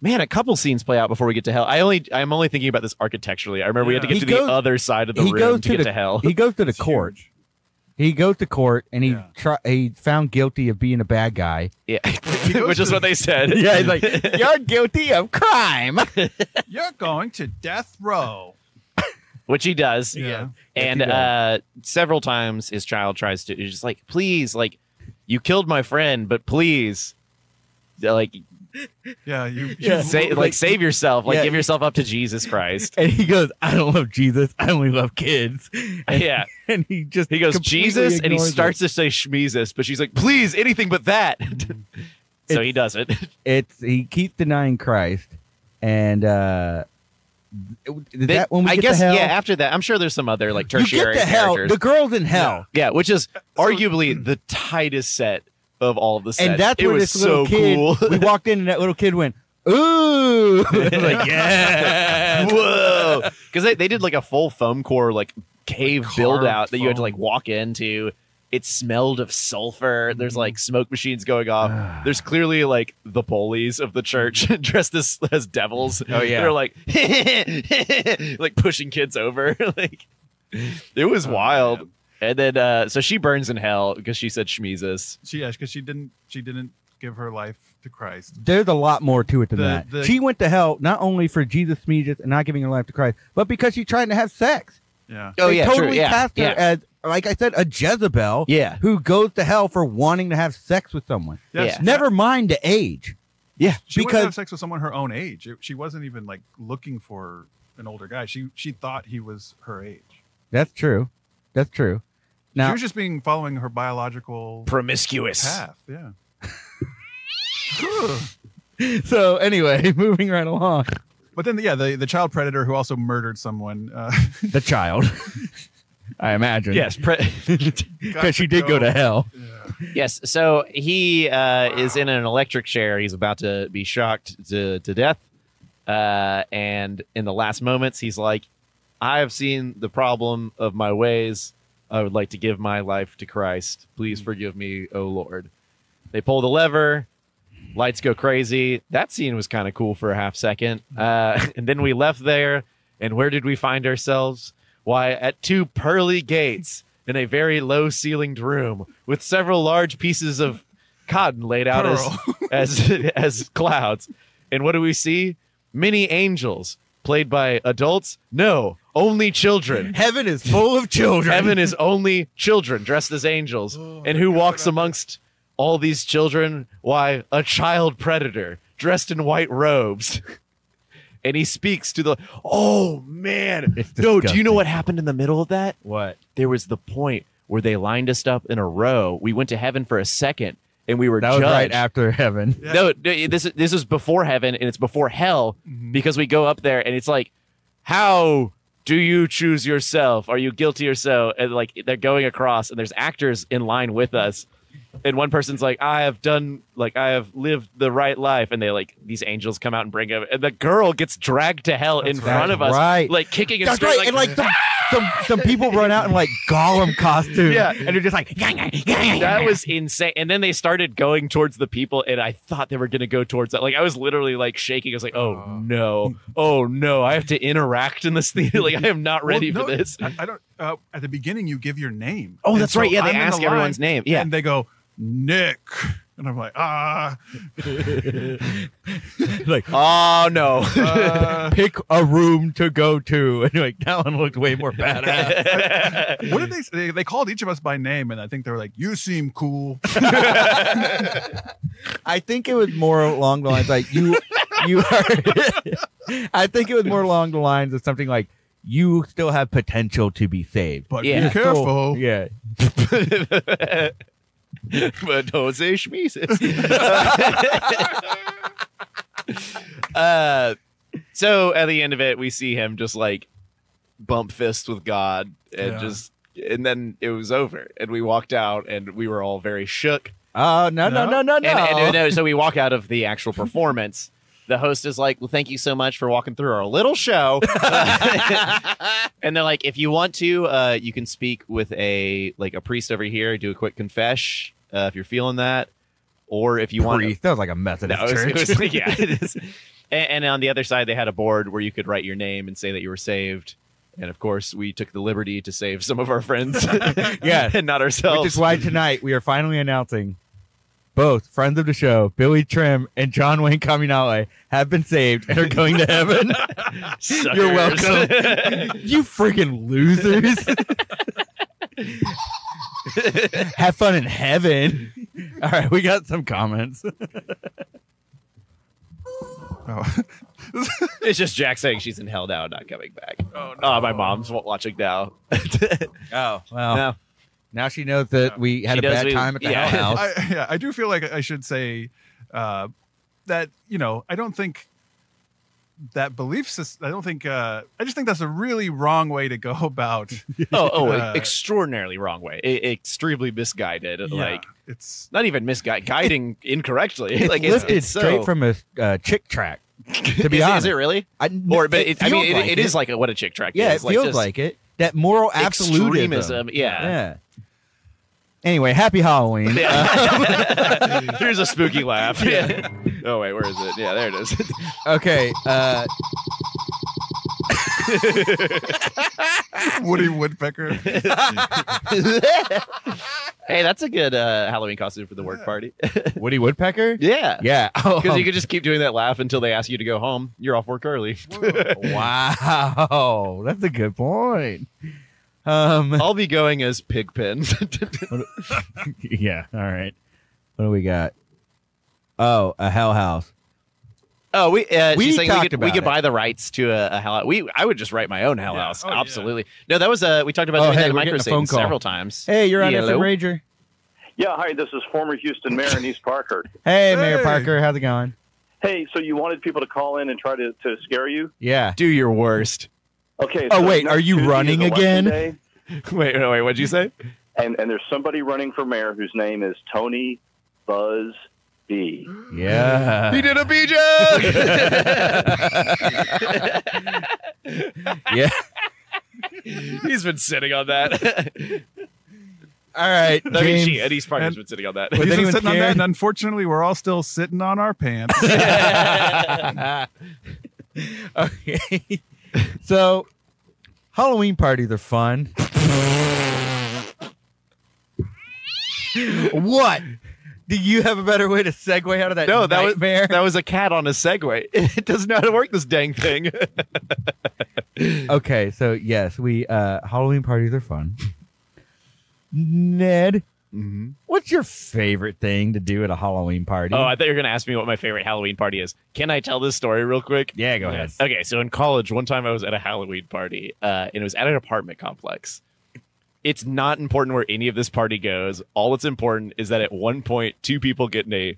S1: Man, a couple scenes play out before we get to hell. I only I'm only thinking about this architecturally. I remember we had to
S3: Yeah.
S1: get
S2: He
S1: to
S2: goes-
S1: the other side of the
S2: he
S1: room
S2: goes
S1: to,
S2: to
S1: get
S2: the-
S1: to hell.
S2: He goes to the
S3: It's
S2: court.
S3: huge.
S2: He goes to court and he
S3: Yeah.
S2: try, he found guilty of being a bad guy.
S1: yeah. Which is what they said.
S2: Yeah, he's like, you're guilty of crime.
S3: You're going to death row.
S1: Which he does.
S3: Yeah.
S1: and
S2: Yes, he
S1: uh several times his child tries to he's just like please like you killed my friend but please like
S3: Yeah, you.
S2: Yeah.
S3: you-
S1: say like, save yourself like
S2: Yeah.
S1: give yourself up to jesus christ
S2: And he goes, I don't love Jesus. I only love kids. And,
S1: yeah
S2: and he just
S1: he goes
S2: completely
S1: jesus and he
S2: ignores it.
S1: starts to say shmeezus but she's like please anything but that
S2: Mm-hmm.
S1: so he does it
S2: It's he keeps denying Christ, and uh, is
S1: They-
S2: that when we
S1: i
S2: get
S1: guess
S2: to hell?
S1: yeah after that i'm sure there's some other like
S2: you get
S1: tertiary
S2: to hell.
S1: characters
S2: The girl's in hell,
S1: yeah which is arguably the tightest set of all of the sets
S2: and that's
S1: it
S2: where
S1: was
S2: this little
S1: so
S2: kid.
S1: cool
S2: we walked in, and that little kid went, "Ooh!" like, yeah.
S1: Whoa. Because they, they did like a full foam core like cave
S3: Carved
S1: build out that you had to
S3: foam.
S1: like walk into. It smelled of sulfur. There's like smoke machines going
S2: Ah.
S1: off. There's clearly like the police of the church dressed as, as devils.
S2: Oh, yeah.
S1: They're like like pushing kids over. like it was wild. And then uh so she burns in hell because she said Shmezes.
S3: She yeah, because she didn't she didn't give her life to Christ.
S2: There's a lot more to it than
S3: The-
S2: that.
S3: the-
S2: she went to hell not only for Jesus' smeeges and not giving her life to Christ, but because she tried to have sex.
S3: Yeah.
S1: Oh
S2: They
S1: yeah,
S2: totally
S1: true. Yeah.
S2: cast her
S1: yeah.
S2: as like I said, a Jezebel
S1: Yeah.
S2: who goes to hell for wanting to have sex with someone.
S1: Yeah.
S2: Never mind the age.
S1: Yeah.
S3: She wanted to have
S2: because-
S3: sex with someone her own age. It- she wasn't even like looking for an older guy. She she thought he was her age.
S2: That's true. That's true.
S3: she
S2: Now,
S3: was just being following her biological
S5: Promiscuous.
S3: path. Yeah.
S2: so anyway, moving right along.
S3: But then, yeah, the, the child predator who also murdered someone. Uh,
S2: The child, I imagine.
S1: Yes. Pre-
S2: because she did go to hell.
S1: yes. So he uh, is in an electric chair. He's about to be shocked to, to death. Uh, and in the last moments, he's like, I have seen the problem of my ways. I would like to give my life to Christ. Please forgive me, O Lord. They pull the lever. Lights go crazy. That scene was kind of cool for a half second. Uh, and then we left there. And where did we find ourselves? Why, at two pearly gates in a very low ceilinged room with several large pieces of cotton laid out as, as as clouds. And what do we see? Many angels played by adults? No, only children.
S2: Heaven is full of children.
S1: Heaven is only children dressed as angels.
S2: Oh
S1: and who walks amongst all these children? Why, a child predator dressed in white robes. and he speaks to the. Oh, man.
S2: It's
S1: No, do you know
S2: disgusting.
S1: what happened in the middle of that?
S2: What?
S1: There was the point where they lined us up in a row. We went to heaven for a second and we were
S2: That was
S1: judged.
S2: right after heaven.
S3: Yeah.
S1: No, d- this is this is before heaven and it's before hell
S2: Mm-hmm.
S1: because we go up there and it's like, how do you choose yourself? Are you guilty or so? And like they're going across and there's actors in line with us, and one person's like, I have done like I have lived the right life, and they like these angels come out and bring him, and the girl gets dragged to hell in
S3: That's
S1: front
S2: right.
S1: of us,
S2: Right.
S1: like kicking and
S2: That's
S1: screaming,
S2: right. and like some, some some people run out in like Gollum costumes.
S1: Yeah.
S2: And they're just like, "Yang, yang, yang, yang,
S1: that
S2: yang."
S1: was insane. And then they started going towards the people, and I thought they were going to go towards that. Like I was literally like shaking. I was like, "Oh
S3: Oh.
S1: no, oh no! I have to interact in this theater. Like I am not ready
S3: Well,
S1: for
S3: no,
S1: this."
S3: I, I don't. Uh, at the beginning, you give your name.
S1: Oh,
S3: And
S1: that's
S3: so
S1: right. Yeah, they
S3: I'm in
S1: ask
S3: the
S1: everyone's
S3: line,
S1: name. Yeah.
S3: and they go Nick, and I'm like, ah,
S2: like
S1: Oh no!
S3: uh,
S2: pick a room to go to. And you're like, that one looked way more badass.
S3: what did they, say? they? They called each of us by name, and I think they were like, you seem cool.
S2: I think it was more along the lines like you you are I think it was more along the lines of something like you still have potential to be saved.
S3: But
S1: Yeah.
S3: be
S2: So-
S3: careful.
S2: yeah.
S1: but don't say schmeezes. uh, so at the end of it, we see him just like bump fist with God and
S3: Yeah.
S1: just, and then it was over. And we walked out and we were all very shook.
S2: Oh no no no no no.
S1: And, and, no, so we walk out of the actual performance. The host is like, "Well, thank you so much for walking through our little show." and they're like, "If you want to, uh, you can speak with a like a priest over here, do a quick confesh uh, if you're feeling that, or if you want."
S2: Priest. That was like a Methodist
S1: No, it was-
S2: church.
S1: it was like- yeah, it is. And, and on the other side, they had a board where you could write your name and say that you were saved. And of course, we took the liberty to save some of our friends,
S2: Yeah.
S1: and not
S2: Which
S1: ourselves.
S2: is why tonight we are finally announcing both friends of the show, Billy Trim and John Wayne Kaminale, have been saved and are going to heaven. You're welcome. you freaking losers. have fun in heaven. All right, we got some comments.
S3: Oh.
S1: It's just Jack saying she's in hell now, not coming back. Oh, my mom's wa- watching now.
S2: Oh, well.
S1: No.
S2: Now she knows that we
S1: She
S2: had a
S1: knows
S2: bad
S1: we-
S2: time at the
S1: yeah.
S2: hell house.
S3: I, yeah, I do feel like I should say uh, that you know I don't think that belief system. I don't think uh, I just think that's a really wrong way to go about.
S1: Oh, oh,
S3: Uh,
S1: extraordinarily wrong way. I- extremely misguided. Like,
S3: Yeah, it's
S1: not even misguided, guiding incorrectly.
S2: It's
S1: like,
S2: lifted
S1: so-
S2: straight from a uh, chick track. To be
S1: is,
S2: honest,
S1: is it really?
S2: I,
S1: Or, but it, I mean,
S2: feels
S1: it-
S2: like
S1: it is like a, what a chick track.
S2: Yeah,
S1: is.
S2: it feels
S1: just
S2: like it. That moral absolutism.
S1: extremism. Yeah.
S2: Yeah. Anyway, happy Halloween.
S1: Yeah. Here's a spooky laugh. Yeah. Oh wait, where is it? Yeah, there it is.
S2: Okay. Uh,
S3: Woody Woodpecker.
S1: hey, that's a good uh, Halloween costume for the work
S3: Yeah.
S1: party.
S2: Woody Woodpecker?
S1: yeah.
S2: Yeah. Oh,
S1: Because you could just keep doing that laugh until they ask you to go home. You're off work early.
S2: wow. That's a good point. Um,
S1: I'll be going as Pigpen.
S2: yeah. All right. What do we got? Oh, a hell house.
S1: oh, we uh,
S2: We
S1: she's saying we
S2: talked
S1: could, we
S2: about
S1: could
S2: it.
S1: buy the rights to a, a hell. We I would just write my own hell
S3: Yeah.
S1: house.
S3: Oh, yeah.
S1: Absolutely. No, that was uh, we talked about
S2: Oh,
S1: doing
S2: hey,
S1: that
S2: we're getting a
S1: micro
S2: phone call.
S1: several times.
S2: Hey, you're on
S1: Hello.
S2: FM Rager.
S8: Yeah, hi, this is former Houston Mayor Anise Parker.
S2: Hey, Mayor
S3: Hey.
S2: Parker, how's it going?
S8: Hey, so you wanted people to call in and try to, to scare you?
S2: Yeah.
S1: Do your worst.
S8: Okay.
S2: Oh,
S8: so
S2: wait,
S8: next
S2: are you
S8: Tuesday is
S2: running
S8: election
S2: again?
S8: day,
S1: wait, no, wait. What'd you say?
S8: and, and there's somebody running for mayor whose name is Tony Buzz B.
S2: Yeah.
S1: he did a B joke.
S2: yeah.
S1: He's been sitting on that.
S2: All right.
S1: I mean, she,
S2: James.
S1: Eddie's partner's
S3: And-
S1: been sitting on that.
S2: Was
S3: He's been
S2: anyone
S3: sitting on
S2: scared?
S3: that, and unfortunately, we're all still sitting on our pants.
S2: okay. so, Halloween parties are fun. what? Do you have a better way to segue out of that?
S1: No, that was-
S2: nightmare?
S1: that was a cat on a Segway. It doesn't know how to work this dang thing.
S2: Okay, so yes, we uh Halloween parties are fun. Ned, what's your favorite thing to do at a Halloween party?
S1: Oh, I thought you were going to ask me what my favorite Halloween party is. Can I tell this story real quick?
S2: yeah, go ahead.
S1: Okay, so in college, one time I was at a Halloween party, uh, and it was at an apartment complex. It's not important where any of this party goes. All that's important is that at one point, two people get in a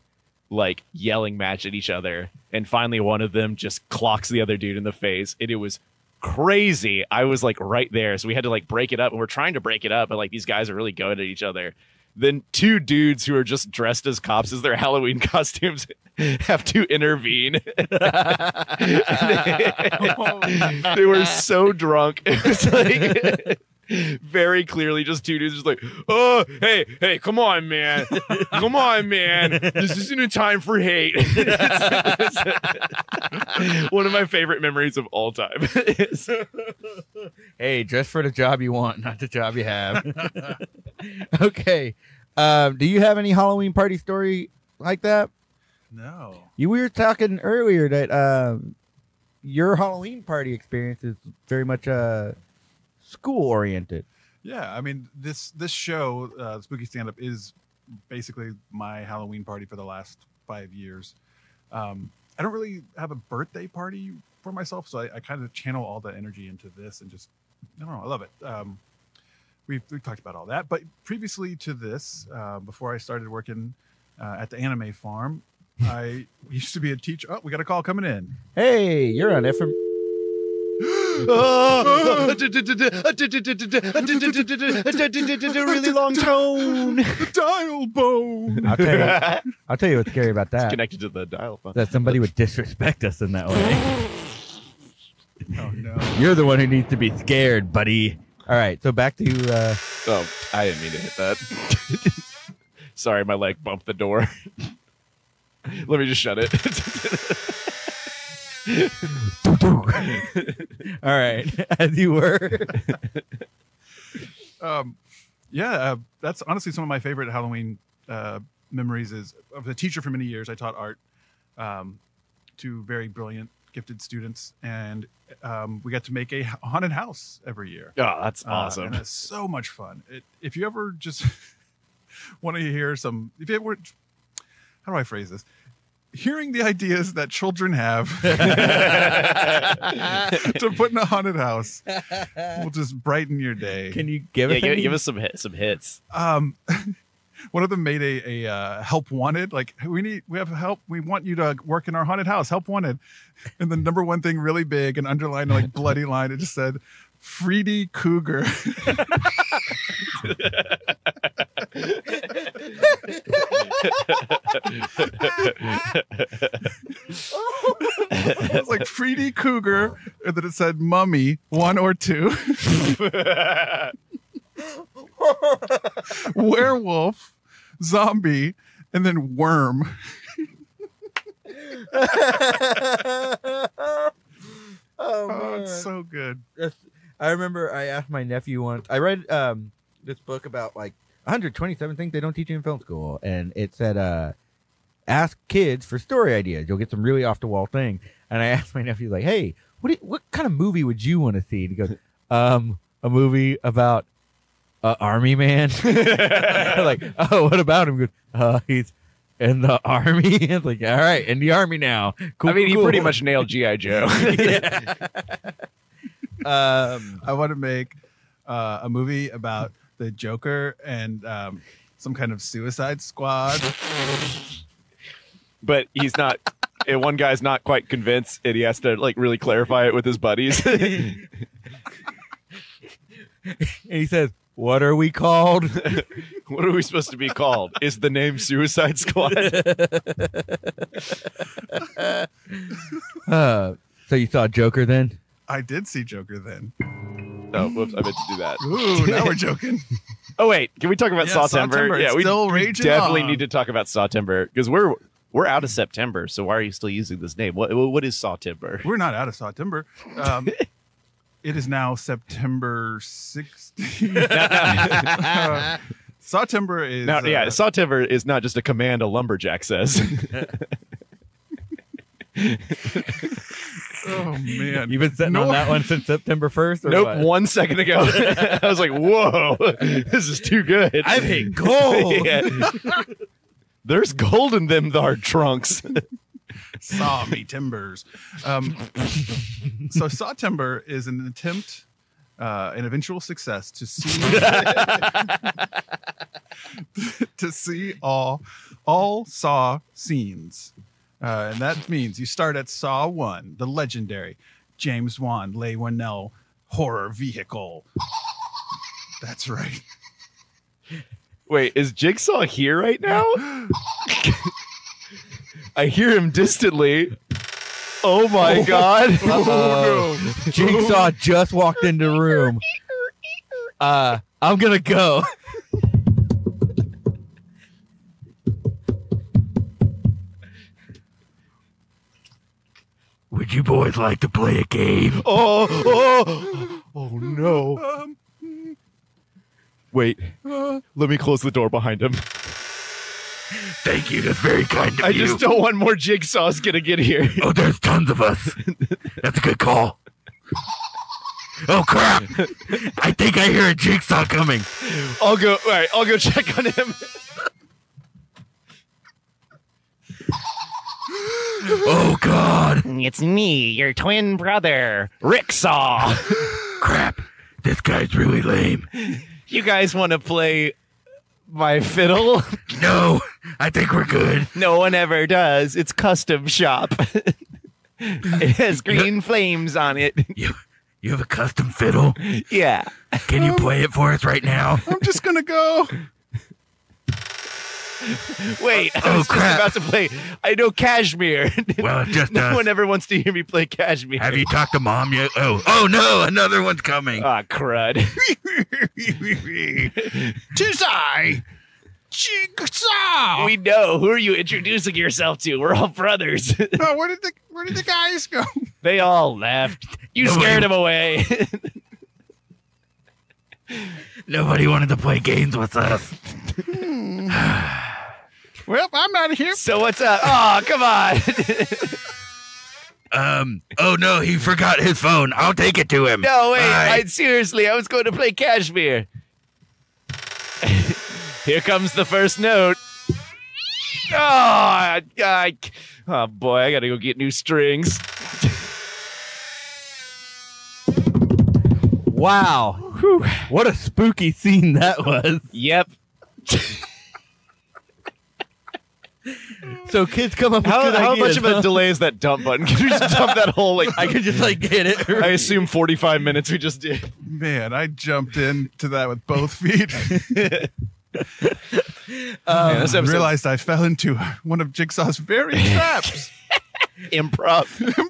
S1: like yelling match at each other, and finally, one of them just clocks the other dude in the face, and it was crazy. I was like right there, so we had to like break it up, and we're trying to break it up, but like these guys are really going at each other. Then two dudes who are just dressed as cops as their Halloween costumes have to intervene. they, they were so drunk. It was like very clearly just two dudes just like, oh, hey, hey, come on, man. Come on, man. This isn't a time for hate. One of my favorite memories of all time.
S2: Hey, just for the job you want, not the job you have. okay. Um, do you have any Halloween party story like that?
S3: no.
S2: You we were talking earlier that um your Halloween party experience is very much uh school oriented.
S3: Yeah, I mean this this show, uh, Spooky Stand Up, is basically my Halloween party for the last five years. Um, I don't really have a birthday party for myself, so I, I kind of channel all that energy into this and just I don't know, I love it. Um, we've we've talked about all that, but previously to this, uh, before I started working uh, at the Anime Farm, I used to be a teacher. Oh, we got a call coming in.
S2: Hey, you're on FM.
S1: really long tone.
S3: The dial bone.
S2: I'll tell you, I'll tell you what's scary about that.
S1: Connected to the dial phone.
S2: That somebody would disrespect us in that way.
S3: oh no.
S2: You're the one who needs to be scared, buddy. All right, so back to uh,
S1: Oh, I didn't mean to hit that. Sorry, my leg bumped the door. Let me just shut it. Oh,
S2: all right, as you were.
S3: um, yeah, uh, that's honestly some of my favorite Halloween uh, memories. Is of a teacher for many years. I taught art um, to very brilliant, gifted students, and um, we got to make a haunted house every year.
S1: oh, that's
S3: Uh,
S2: Ah,
S3: and it's so much fun. It, if you ever just want to hear some, if you ever, how do I phrase this? Hearing the ideas that children have to put in a haunted house will just brighten your day.
S2: Can you give
S1: yeah,
S2: us?
S1: give,
S2: any?
S1: give us some hits. Some hits.
S3: um one of them made a, a uh, help wanted like we need we have help we want you to work in our haunted house help wanted and the number one thing really big and underlined like bloody line it just said Freedy Cougar. it was like Freedy Cougar, and then it said mummy, one or two. werewolf, zombie, and then worm.
S2: oh,
S3: Oh,
S2: man.
S3: it's so good.
S2: That's- I remember I asked my nephew once. I read um, this book about like 127 things they don't teach you in film school, and it said, uh, "Ask kids for story ideas. You'll get some really off the wall thing." And I asked my nephew, like, "Hey, what do you- what kind of movie would you want to see?" And he goes, "Um, a movie about an army man. like, oh, what about him? He Goes, uh, he's in the army. it's like, all right, in the army now. Cool,
S5: I mean, he
S2: cool,
S5: pretty
S2: cool.
S5: much nailed GI Joe.
S2: Um,
S3: I want to make uh, a movie about the Joker and um, some kind of Suicide Squad.
S1: but he's not. and one guy's not quite convinced, and he has to like really clarify it with his buddies.
S2: and he says, "What are we called?"
S1: what are we supposed to be called? Is the name Suicide Squad?
S2: Uh, so you saw Joker then?
S3: I did see Joker then.
S1: No, Oh, whoops, I meant to do that.
S3: Ooh, now we're joking.
S1: Oh wait, can we talk about
S3: Yeah,
S1: Sawtember?
S3: Sawtember,
S1: Yeah,
S3: it's
S1: we
S3: still raging
S1: definitely
S3: on.
S1: need to talk about Sawtember because we're we're out of September. So why are you still using this name? What what is Sawtember?
S3: We're not out of saw timber. Um, it is now September 16th. uh, saw timber is.
S1: Now, yeah,
S3: uh,
S1: Sawtember is not just a command a lumberjack says.
S3: oh, man.
S2: You've been sitting on
S3: No.
S2: that one since September first, or
S1: nope,
S2: what?
S1: one second ago, I was like, "Whoa, this is too good."
S2: I've hit gold.
S1: Yeah. There's gold in them thar trunks.
S3: saw me timbers. Um, so saw timber is an attempt, uh, an eventual success to see to see all all saw scenes, uh, and that means you start at Saw One, the legendary James Wan Leigh Whannell horror vehicle. That's right.
S1: Wait, is Jigsaw here right now? I hear him distantly. Oh my god.
S2: Uh-oh. Jigsaw just walked in the room. Uh, I'm gonna go. Would you boys like to play a game?
S1: Oh, oh, oh no.
S3: Um,
S1: Wait,
S3: uh,
S1: let me close the door behind him.
S2: Thank you. That's very kind of
S1: I just don't want more Jigsaw's gonna get here.
S2: Oh, there's tons of us. That's a good call. Oh crap! I think I hear a jigsaw coming.
S1: I'll go. All right, I'll go check on him.
S2: Oh god!
S9: It's me, your twin brother, Ricksaw.
S2: Crap! This guy's really lame.
S1: You guys want to play my fiddle?
S2: No, I think we're good.
S1: No one ever does. It's custom shop. it has green flames on it.
S2: You, you have a custom fiddle.
S1: Yeah.
S2: Can you play it for us right now?
S3: I'm just gonna go.
S1: Wait, I
S2: oh,
S1: was
S2: crap.
S1: just about to play. I know Kashmir.
S2: Well, it's just
S1: no
S2: us.
S1: one ever wants to hear me play Kashmir.
S2: Have you talked to mom yet? Oh, oh no! Another one's coming.
S1: Ah, crud.
S3: Tis I, Jigsaw.
S1: we know. Who are you introducing yourself to? We're all brothers.
S3: Oh, where did the where did the guys go?
S1: they all left. You
S2: Nobody-
S1: scared them away.
S2: Nobody wanted to play games with us.
S3: Well, I'm out of here.
S1: so what's up? Oh, come on.
S2: Um. Oh no, he forgot his phone. I'll take it to him.
S1: no, wait.
S2: Bye.
S1: I, seriously, I was going to play Kashmir. Here comes the first note. Oh, I, I- oh boy, I gotta go get new strings.
S2: Wow. What a spooky scene that was.
S1: Yep.
S2: So kids come up with
S1: How,
S2: good
S1: how much
S2: ideas,
S1: of a
S2: huh?
S1: delay is that dump button? Can we just dump that whole like?
S2: I
S1: I,
S2: could just like get it.
S1: assume forty-five minutes we just did.
S3: Man, I jumped into that with both feet.
S1: Man,
S3: I
S1: this episode's
S3: Um, realized I fell into one of Jigsaw's very traps.
S1: improv.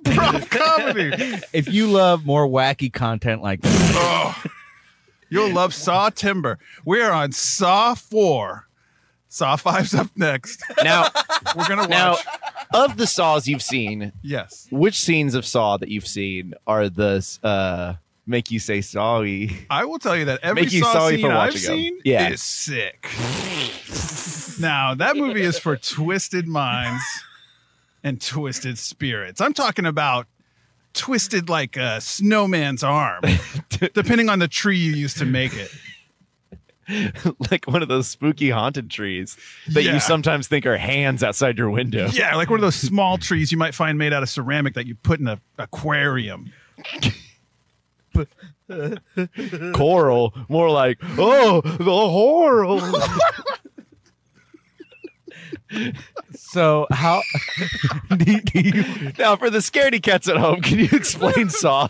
S3: Improv comedy.
S2: if you love more wacky content like that,
S3: Oh, you'll love Saw Timber. We are on Saw Four. Saw Five's up next.
S1: Now,
S3: We're gonna watch.
S1: now, of the saws you've seen,
S3: yes,
S1: which scenes of saw that you've seen are the uh, make you say sorry?
S3: I will tell you that every
S1: Make you
S3: Saw
S1: sorry
S3: scene
S1: for
S3: I've
S1: watching 'em.
S3: seen
S1: Yeah.
S3: is sick. now that movie is for twisted minds and twisted spirits. I'm talking about twisted like a snowman's arm, depending on the tree you used to make it.
S1: like one of those spooky haunted trees that
S3: Yeah.
S1: you sometimes think are hands outside your window.
S3: Yeah, like one of those small trees you might find made out of ceramic that you put in an aquarium.
S1: Coral, more like, oh, the horror.
S2: So how do, you- do you
S1: now, for the scaredy cats at home, can you explain Saw?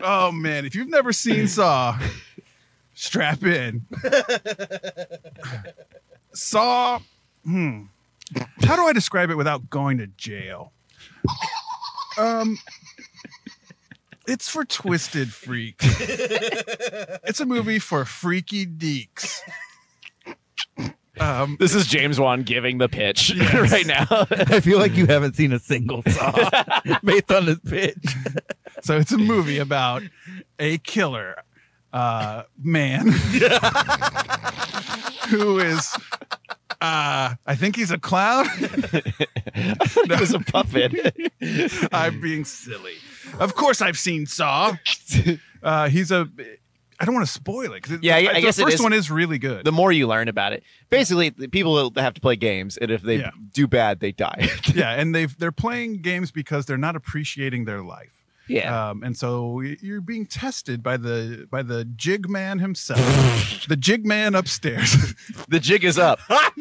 S3: Oh man, if you've never seen Saw, strap in. Saw, hmm. How do I describe it without going to jail? Um it's for twisted freaks. it's a movie for freaky deeks. Um
S1: This is James Wan giving the pitch
S3: Yes.
S1: right now.
S2: I feel like you haven't seen a single saw based on this pitch.
S3: So it's a movie about a killer uh, man who is, uh, I think he's a clown.
S1: it was a puppet.
S3: I'm being silly. Of course, I've seen Saw. Uh, he's a. I don't want to spoil it. 'cause
S1: Yeah, I- I
S3: the
S1: guess it
S3: first
S1: is-
S3: one is really good.
S1: the more you learn about it, basically, the people have to play games, and if they
S3: Yeah.
S1: do bad, they die.
S3: yeah, and they've they're playing games because they're not appreciating their life.
S2: Uh,
S1: yeah.
S3: Um, and so you're being tested by the by the jig man himself, the jig man upstairs.
S1: the jig is up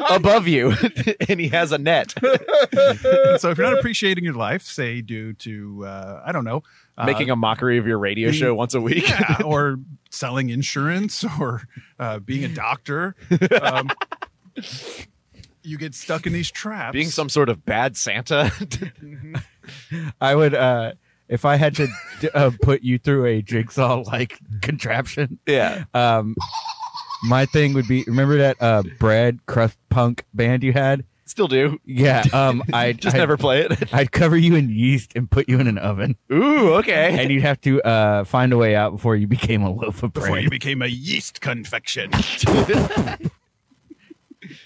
S1: above you, and he has a net.
S3: And so if you're not appreciating your life, say due to uh, I don't know, uh,
S1: making a mockery of your radio
S3: the-
S1: show once a week.
S3: yeah, or selling insurance or uh, being a doctor, um, you get stuck in these traps.
S1: Being some sort of bad Santa.
S2: I would, uh, if I had to d- uh, put you through a jigsaw like contraption,
S1: yeah.
S2: um, my thing would be remember that uh, bread crust punk band you had?
S1: Still do.
S2: Yeah, um, I
S1: Just
S2: I'd,
S1: never play it.
S2: I'd cover you in yeast and put you in an oven,
S1: Ooh, okay.
S2: and you'd have to uh, find a way out before you became a loaf of
S3: before
S2: bread.
S3: you became a yeast confection.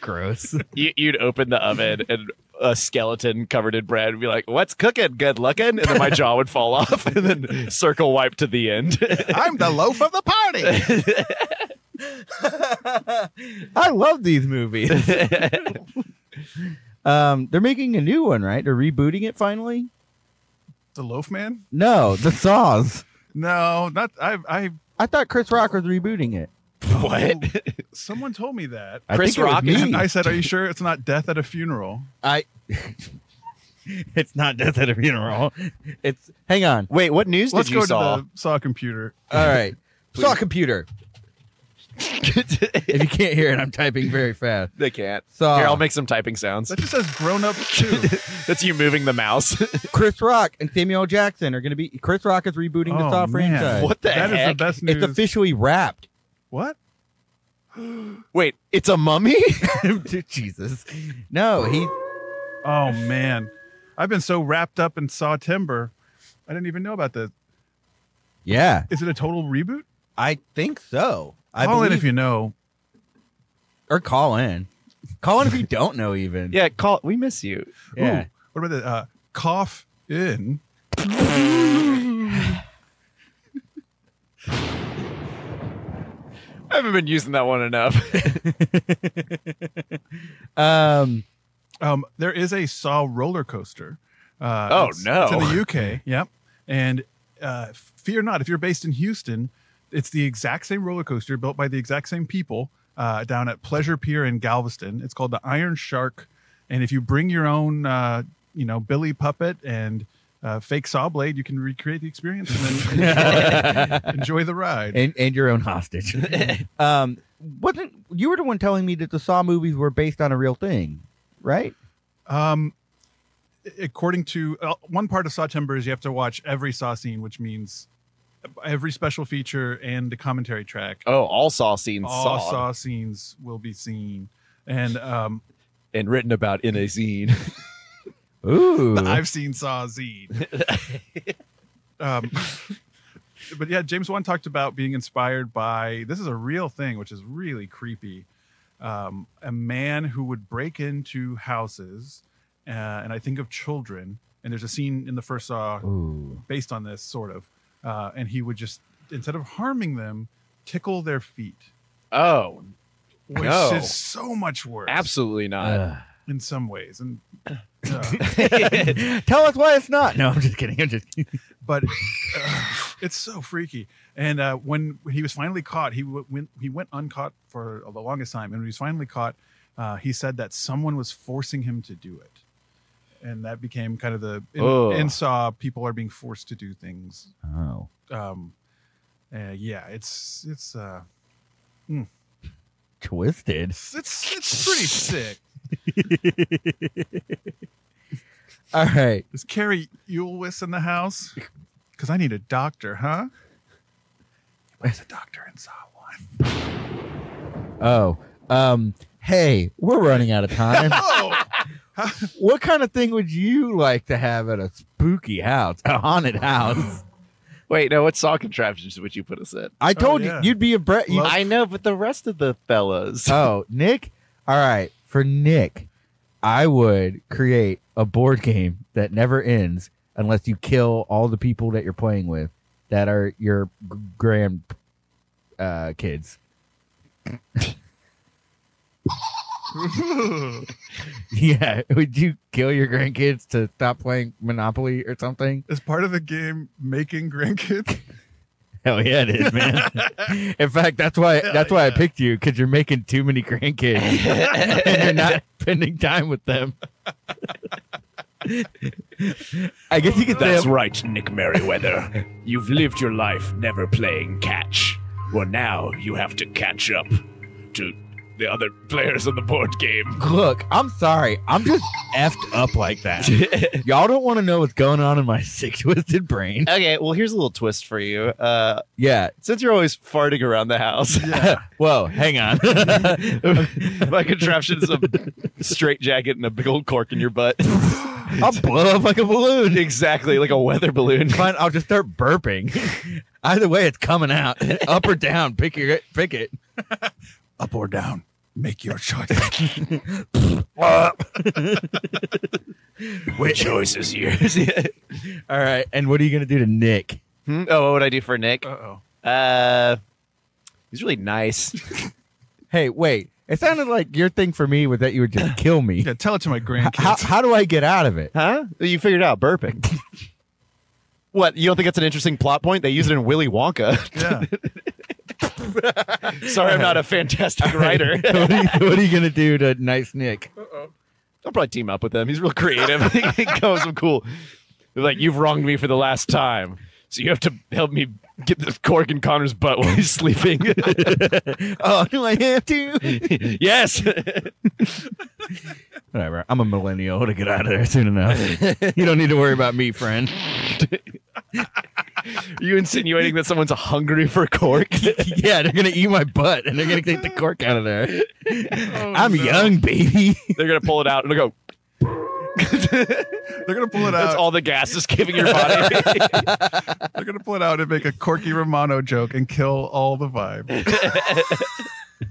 S2: Gross.
S1: You, you'd open the oven and a skeleton covered in bread would be like, What's cooking? Good looking. And then my jaw would fall off and then circle wipe to the end.
S3: I'm the loaf of the party.
S2: I love these movies. um, they're making a new one, right? They're rebooting it finally.
S3: the loaf man?
S2: No, the saws.
S3: No, not I. I
S2: I thought Chris Rock was rebooting it.
S1: what?
S3: someone told me that.
S2: I
S1: Chris
S2: think it was
S1: Rock
S2: me.
S1: is-
S3: I said, "Are you sure it's not death at a funeral?"
S2: I. it's not death at a funeral. It's hang on.
S1: Wait, what news
S3: Let's
S1: did you
S3: go
S1: saw?
S3: to the saw computer.
S2: All right, saw computer. If you can't hear it, I'm typing very fast.
S1: they can't.
S2: Saw.
S1: Here, I'll make some typing sounds.
S3: That just says grown up too.
S1: That's you moving the mouse.
S2: Chris Rock and Samuel L. Jackson are going to be. Chris Rock is rebooting the
S3: Oh,
S2: Saw
S3: man.
S2: franchise.
S1: what the
S3: That is
S1: heck?
S3: the best news.
S2: It's officially wrapped.
S3: what?
S1: Wait, it's a mummy?
S2: Jesus. No, he.
S3: Oh man, I've been so wrapped up in saw timber, I didn't even know about this.
S2: Yeah,
S3: Is it a total reboot?
S2: I think so. I
S3: Call in
S2: believe,
S3: if you know.
S2: or call in. Call in if you don't know even.
S1: yeah, call. We miss you.
S2: Yeah.
S3: Ooh, what about the uh, cough in?
S1: I haven't been using that one enough.
S2: Um.
S3: Um, there is a saw roller coaster. Uh,
S1: Oh,
S3: it's-
S1: no.
S3: It's in the UK. Yep. And uh, fear not, if you're based in Houston, it's the exact same roller coaster built by the exact same people uh, down at Pleasure Pier in Galveston. It's called the Iron Shark. And if you bring your own, uh, you know, Billy puppet and uh, fake saw blade, you can recreate the experience and then enjoy, enjoy the ride.
S2: and and your own hostage. um, wasn't you were the one telling me that the Saw movies were based on a real thing, right?
S3: Um, according to uh, one part of Saw Timber is you have to watch every Saw scene, which means every special feature and the commentary track.
S1: Oh, all saw scenes
S3: All
S1: saw,
S3: Saw scenes will be seen. And um,
S1: and written about in a zine.
S2: Ooh,
S3: I've seen Saw Z. um, but yeah, James Wan talked about being inspired by this is a real thing, which is really creepy. Um, a man who would break into houses, uh, and I think of children, And there's a scene in the first Saw
S2: Ooh.
S3: based on this, sort of. Uh, and he would just, instead of harming them, tickle their feet,
S1: Oh,
S3: which
S1: No.
S3: is so much worse
S1: absolutely not.
S3: in some ways. And uh,
S2: Tell us why it's not. No, I'm just kidding. I'm just kidding.
S3: but uh, it's so freaky. And uh, when he was finally caught, he w- went he went uncaught for the longest time. And when he was finally caught, uh, he said that someone was forcing him to do it, and that became kind of the in,
S1: Ugh.
S3: in Saw people are being forced to do things.
S2: Oh.
S3: Um, uh, yeah, it's it's uh,
S2: Twisted.
S3: it's it's pretty sick.
S2: All right.
S3: Is Carrie Eulwis in the house? Because I need a doctor, huh? There's a doctor in Saw One.
S2: Oh. Um, hey, we're running out of time.
S3: Oh,
S2: what kind of thing would you like to have at a spooky house, a haunted house?
S1: Wait, no. What saw contraptions would you put us at?
S2: I told
S3: yeah.
S2: you you'd be a Brett. you-
S1: I know, but the rest of the fellas.
S2: oh, Nick. All right, for Nick, I would create a board game that never ends unless you kill all the people that you're playing with that are your g- grand uh, kids. Yeah, would you kill your grandkids to stop playing Monopoly or something?
S3: is part of the game making grandkids?
S2: Hell yeah, it is, man. In fact, that's why
S3: Hell
S2: that's why I
S3: yeah.
S2: picked you because you're making too many grandkids and you're not spending time with them. I guess you could say
S5: That's right, Nick Merriweather. You've lived your life never playing catch. Well, now you have to catch up to the other players on the board game.
S2: Look, I'm sorry. I'm just effed up like that. Y'all don't want to know what's going on in my sick twisted brain.
S1: okay, well, here's a little twist for you. Uh,
S2: Yeah.
S1: since you're always farting around the house,
S2: Whoa, hang on.
S1: my contraption is a straight jacket and a big old cork in your butt.
S2: I'll blow up like a balloon.
S1: exactly, like a weather balloon.
S2: Fine, I'll just start burping. Either way, it's coming out. Up or down, pick your pick it.
S3: Up or down? Make your choice.
S5: Which choice is yours?
S2: All right. And what are you gonna do to Nick?
S1: Hmm? Oh, what would I do for Nick?
S3: uh oh.
S1: Uh, he's really nice.
S2: Hey, wait. It sounded like your thing for me was that you would just kill me.
S3: Yeah, tell it to my
S2: H- how,
S3: grandkids.
S2: how do I get out of it?
S1: Huh? You figured it out burping. what? You don't think that's an interesting plot point? They use it in Willy Wonka.
S3: yeah.
S1: Sorry, I'm not a fantastic writer.
S2: what, are you, what are you gonna do to nice Nick?
S1: I'll probably team up with him. He's real creative. he goes some cool. They're like, you've wronged me for the last time, so you have to help me get the cork in Connor's butt while he's sleeping.
S2: Oh, do I have to?
S1: yes.
S2: Whatever. I'm a millennial to get out of there soon enough. you don't need to worry about me, friend.
S1: Are you insinuating that someone's hungry for cork?
S2: yeah, they're gonna eat my butt and they're gonna take the cork out of there. Oh, I'm young, baby.
S1: They're gonna pull it out and they'll go.
S3: They're gonna pull it
S1: That's
S3: out.
S1: all the gas is giving your body.
S3: They're gonna pull it out and make a quirky Romano joke and kill all the vibe.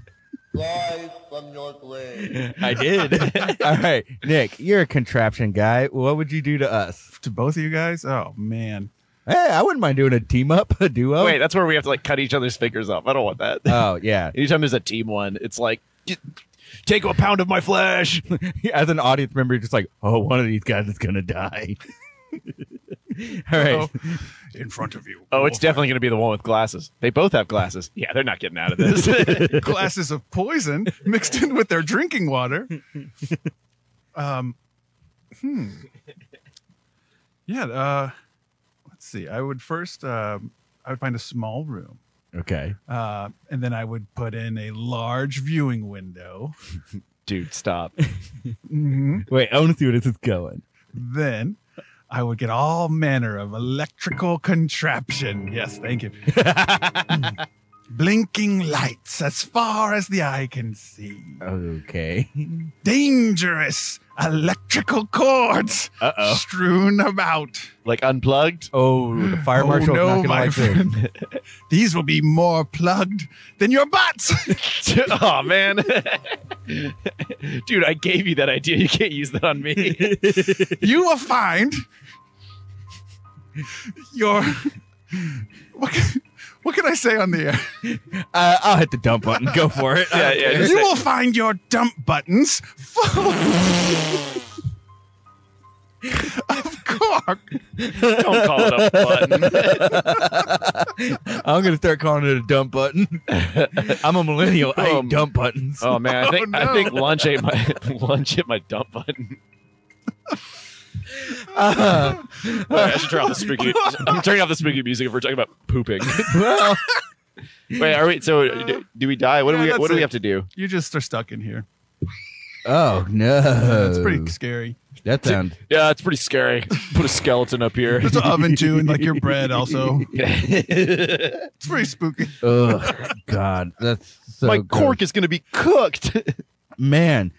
S6: Live from your grave.
S2: I did. All right, Nick, you're a contraption guy. What would you do to us?
S3: to both of you guys? Oh man.
S2: Hey, I wouldn't mind doing a team up, a duo.
S1: Wait, that's where we have to like cut each other's fingers off. I don't want that.
S2: Oh yeah.
S1: Anytime there's a team one, it's like, "Get- take a pound of my flesh.
S2: As an audience member, you're just like, oh, one of these guys is gonna die. All right.
S3: Oh. In front of you.
S1: Oh, it's definitely going to be the one with glasses. They both have glasses. Yeah, they're not getting out of this.
S3: glasses of poison mixed in with their drinking water. Um, hmm. Yeah. Uh, let's see. I would first. Um, I would find a small room.
S2: Okay.
S3: Uh, and then I would put in a large viewing window.
S1: Dude, stop.
S3: hmm
S2: Wait, I want to see where this is going.
S3: Then I would get all manner of electrical contraption. Yes, thank you. blinking lights as far as the eye can see.
S2: Okay.
S3: Dangerous electrical cords
S1: Uh oh.
S3: strewn about.
S1: Like unplugged?
S2: Oh, the fire
S3: Oh,
S2: marshal's
S3: no,
S2: not gonna
S3: my
S2: like this.
S3: friend. These will be more plugged than your butts.
S1: oh man. Dude, I gave you that idea. You can't use that on me.
S3: you will find your. What can, what can I say on the air?
S2: Uh, I'll hit the dump button. Go for it.
S1: yeah, yeah.
S3: You will find your dump buttons full of cork.
S1: don't call it a button.
S2: I'm gonna start calling it a dump button. I'm a millennial. I
S1: Um,
S2: hate dump buttons.
S1: Oh man, I think
S3: Oh, no.
S1: I think lunch ate my lunch hit my dump button.
S2: Uh,
S1: Wait, I should turn off the spooky. I'm turning off the spooky music if we're talking about pooping.
S2: well,
S1: Wait, are we? So do, do we die? What
S3: Yeah,
S1: do we?
S3: that's
S1: What do
S3: it.
S1: we have to do?
S3: You just are stuck in here.
S2: oh no,
S3: That's
S1: Oh.
S3: pretty scary.
S2: That sounds
S1: Yeah, it's pretty scary. Put a skeleton up here.
S3: There's an oven too, and like your bread also. It's pretty spooky.
S2: Oh God, that's so.
S1: my
S2: gross.
S1: cork is gonna be cooked.
S2: man.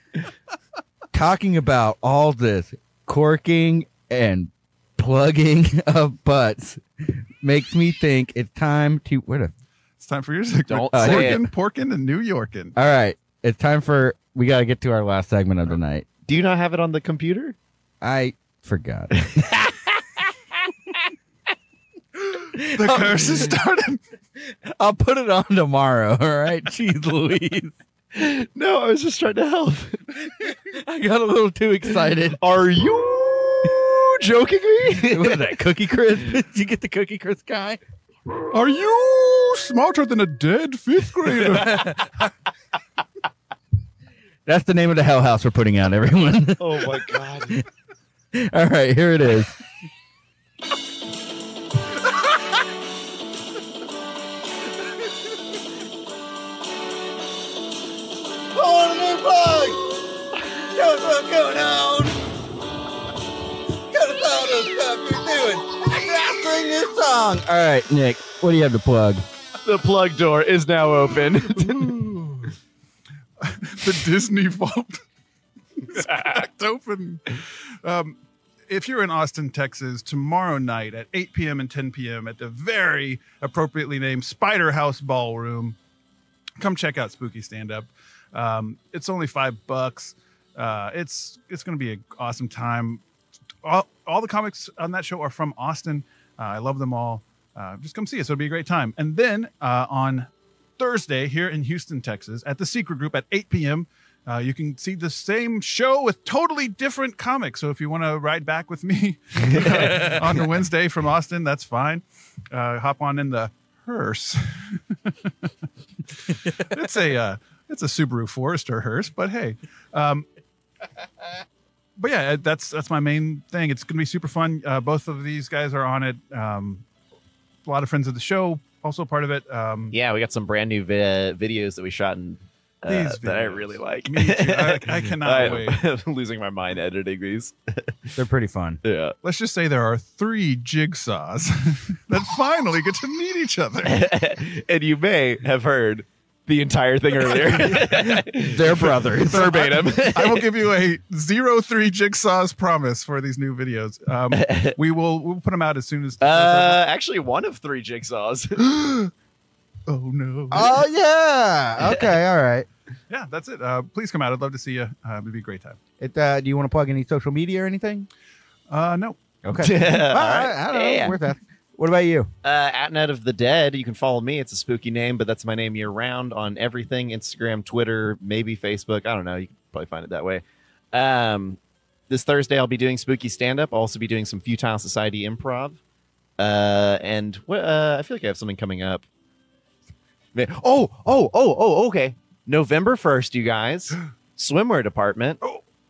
S2: talking about all this corking and plugging of butts makes me think it's time to. What a
S3: It's time for your segment.
S1: Don't
S2: Uh,
S1: say
S3: Porkin, Porkin, and New Yorkin.
S2: All right, it's time for. We gotta get to our last segment of the night.
S1: Do you not have it on the computer?
S2: I forgot.
S3: The curse has started.
S2: I'll put it on tomorrow. All right, jeez Louise,
S1: No, I was just trying to help.
S2: I got a little too excited.
S1: Are you joking me?
S2: What is that cookie crisp? Did you get the cookie crisp guy?
S3: Are you smarter than a dead fifth grader?
S2: That's the name of the Hell House we're putting out, everyone.
S1: Oh my god.
S2: All right, here it is. All right, Nick, what do you have to plug?
S1: The plug door is now open.
S3: the Disney vault is cracked open. Um, if you're in Austin, Texas, tomorrow night at 8 p.m. and 10 p.m. at the very appropriately named Spider House Ballroom, come check out Spooky Stand Up. Um, it's only five bucks. Uh, it's it's going to be an awesome time. All, all the comics on that show are from Austin. Uh, I love them all. Uh, just come see us. It'll be a great time. And then uh, on Thursday here in Houston, Texas, at the Secret Group at 8 p.m. Uh, you can see the same show with totally different comics. So if you want to ride back with me on a Wednesday from Austin, that's fine. Uh, hop on in the hearse. it's a uh, it's a Subaru Forester hearse, but hey. Um, but yeah, uh, that's that's my main thing. It's going to be super fun. Uh, both of these guys are on it. Um, a lot of friends of the show also part of it. Um,
S1: yeah, we got some brand new vi- videos that we shot in uh,
S3: These
S1: that I
S3: videos.
S1: really like.
S3: Me too. I, I cannot wait.
S1: I'm losing my mind editing these.
S2: They're pretty fun.
S1: Yeah.
S3: Let's just say there are three jigsaws that finally get to meet each other.
S1: and you may have heard the entire thing earlier.
S2: They're brothers.
S1: Verbatim.
S3: I will give you a zero three jigsaws promise for these new videos. Um, we will we'll put them out as soon as.
S1: Uh, actually, one of three jigsaws.
S3: oh no!
S1: uh,
S2: oh yeah. Okay. All right.
S3: yeah, that's it. Uh, please come out. I'd love to see you. Uh, it'd be a great time.
S2: It, uh, do you want to plug any social media or anything?
S3: Uh, no,
S2: Okay. All right. I don't know.
S1: Uh, Yeah.
S2: Worth asking. What about you?
S1: uh, at Night of the Dead. You can follow me. It's a spooky name, but that's my name year round on everything Instagram, Twitter, maybe Facebook. I don't know. You can probably find it that way. Um, this Thursday, I'll be doing spooky stand up. I'll also be doing some Futile Society improv. Uh, and wh- uh, I feel like I have something coming up. Ma- Oh, oh, oh, oh, okay. November 1st, you guys, swimwear department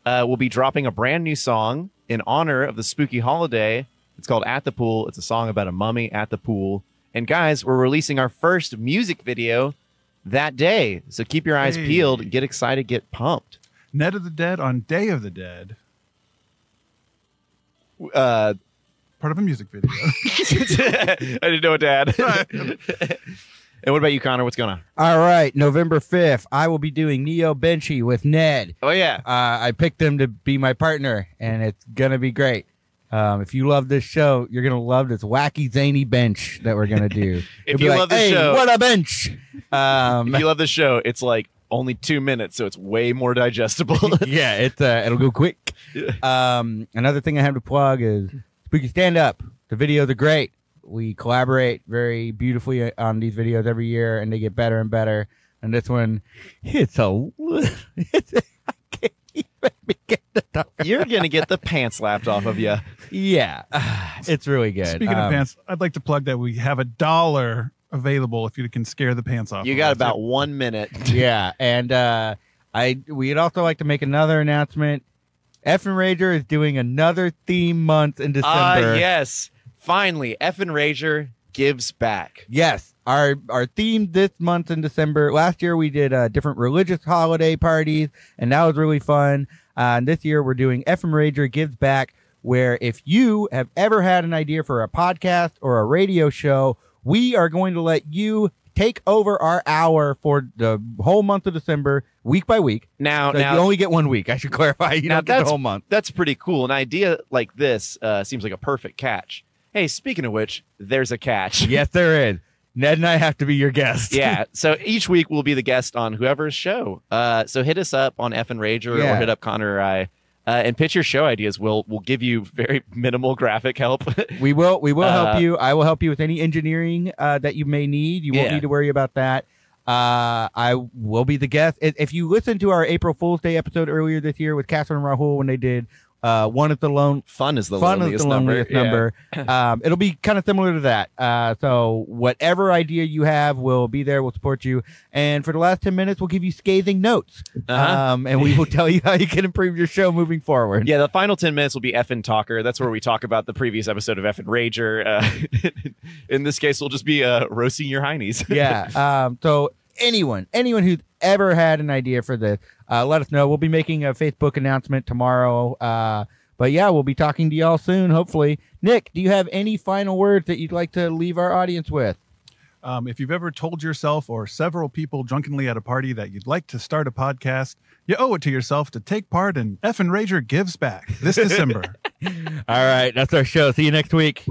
S1: uh, will be dropping a brand new song in honor of the spooky holiday. It's called At the Pool. It's a song about a mummy at the pool. And guys, we're releasing our first music video that day. So keep your eyes
S3: Hey.
S1: peeled, get excited, get pumped.
S3: Net of the Dead on Day of the Dead,
S1: Uh,
S3: part of a music video.
S1: I didn't know what to add. And what about you, Connor? What's going on?
S2: All right, November 5th, I will be doing Neo Benchy with Ned.
S1: Oh yeah,
S2: Uh, I picked them to be my partner, and it's going to be great. Um, if you love this show, you're going to love this wacky, zany bench that we're going to do. It'll
S1: if
S2: be
S1: you
S2: like,
S1: love the
S2: "Hey,
S1: show,
S2: what a bench! Um,
S1: if you love the show, it's like only two minutes, so it's way more digestible.
S2: yeah, it's uh, it'll go quick. Um, another thing I have to plug is Spooky Stand Up. The videos are great. We collaborate very beautifully on these videos every year, and they get better and better. And this one, it's a, it's, I can't even begin to talk.
S1: You're gonna get the pants slapped off of you.
S2: Yeah, it's really good.
S3: Speaking of
S2: Um,
S3: pants, I'd like to plug that we have a dollar available if you can scare the pants off.
S1: You
S3: of
S1: got
S3: us.
S1: about one minute.
S2: yeah, and uh, I we'd also like to make another announcement. F and Rager is doing another theme month in December.
S1: Ah, yes. Finally, F and Rager gives back.
S2: Yes, our our theme this month in December. Last year we did uh, different religious holiday parties, and that was really fun. Uh, and this year we're doing FM Rager Gives Back, where if you have ever had an idea for a podcast or a radio show, we are going to let you take over our hour for the whole month of December, week by week.
S1: Now,
S2: So
S1: Oh, now
S2: you only get one week. I should clarify. You
S1: Now
S2: don't get the
S1: that's-
S2: whole month.
S1: that's pretty cool. An idea like this uh, seems like a perfect catch. Hey, speaking of which, there's a catch.
S2: yes, there is. Ned and I have to be your guest.
S1: yeah. So each week we'll be the guest on whoever's show. Uh, so hit us up on F and Rager
S2: Yeah.
S1: or hit up Connor or I. Uh, and pitch your show ideas. We'll we'll give you very minimal graphic help.
S2: We will. We will
S1: Uh,
S2: help you. I will help you with any engineering uh, that you may need. You won't
S1: Yeah.
S2: need to worry about that. Uh, I will be the guest. If if you listen to our April Fool's Day episode earlier this year with Catherine and Rahul when they did uh, one at the lone
S1: Fun is the
S2: fun at
S1: loneliest
S2: the loneliest
S1: number.
S2: number, um, it'll be kind of similar to that. Uh, so whatever idea you have, we'll be there. We'll support you. And for the last ten minutes, we'll give you scathing notes,
S1: Yeah. Uh-huh.
S2: um, and we will tell you how you can improve your show moving forward.
S1: Yeah, the final 10 minutes will be F and Talker. That's where we talk about the previous episode of F and Rager. Uh, in this case, we'll just be uh, roasting your heinies.
S2: yeah. Um, so anyone, anyone who's ever had an idea for this, uh, let us know. We'll be making a Facebook announcement tomorrow. Uh, but yeah, we'll be talking to y'all soon, hopefully. Nick, do you have any final words that you'd like to leave our audience with?
S3: Um, if you've ever told yourself or several people drunkenly at a party that you'd like to start a podcast, you owe it to yourself to take part in F and Rager Gives Back this December.
S2: All right, that's our show. See you next week.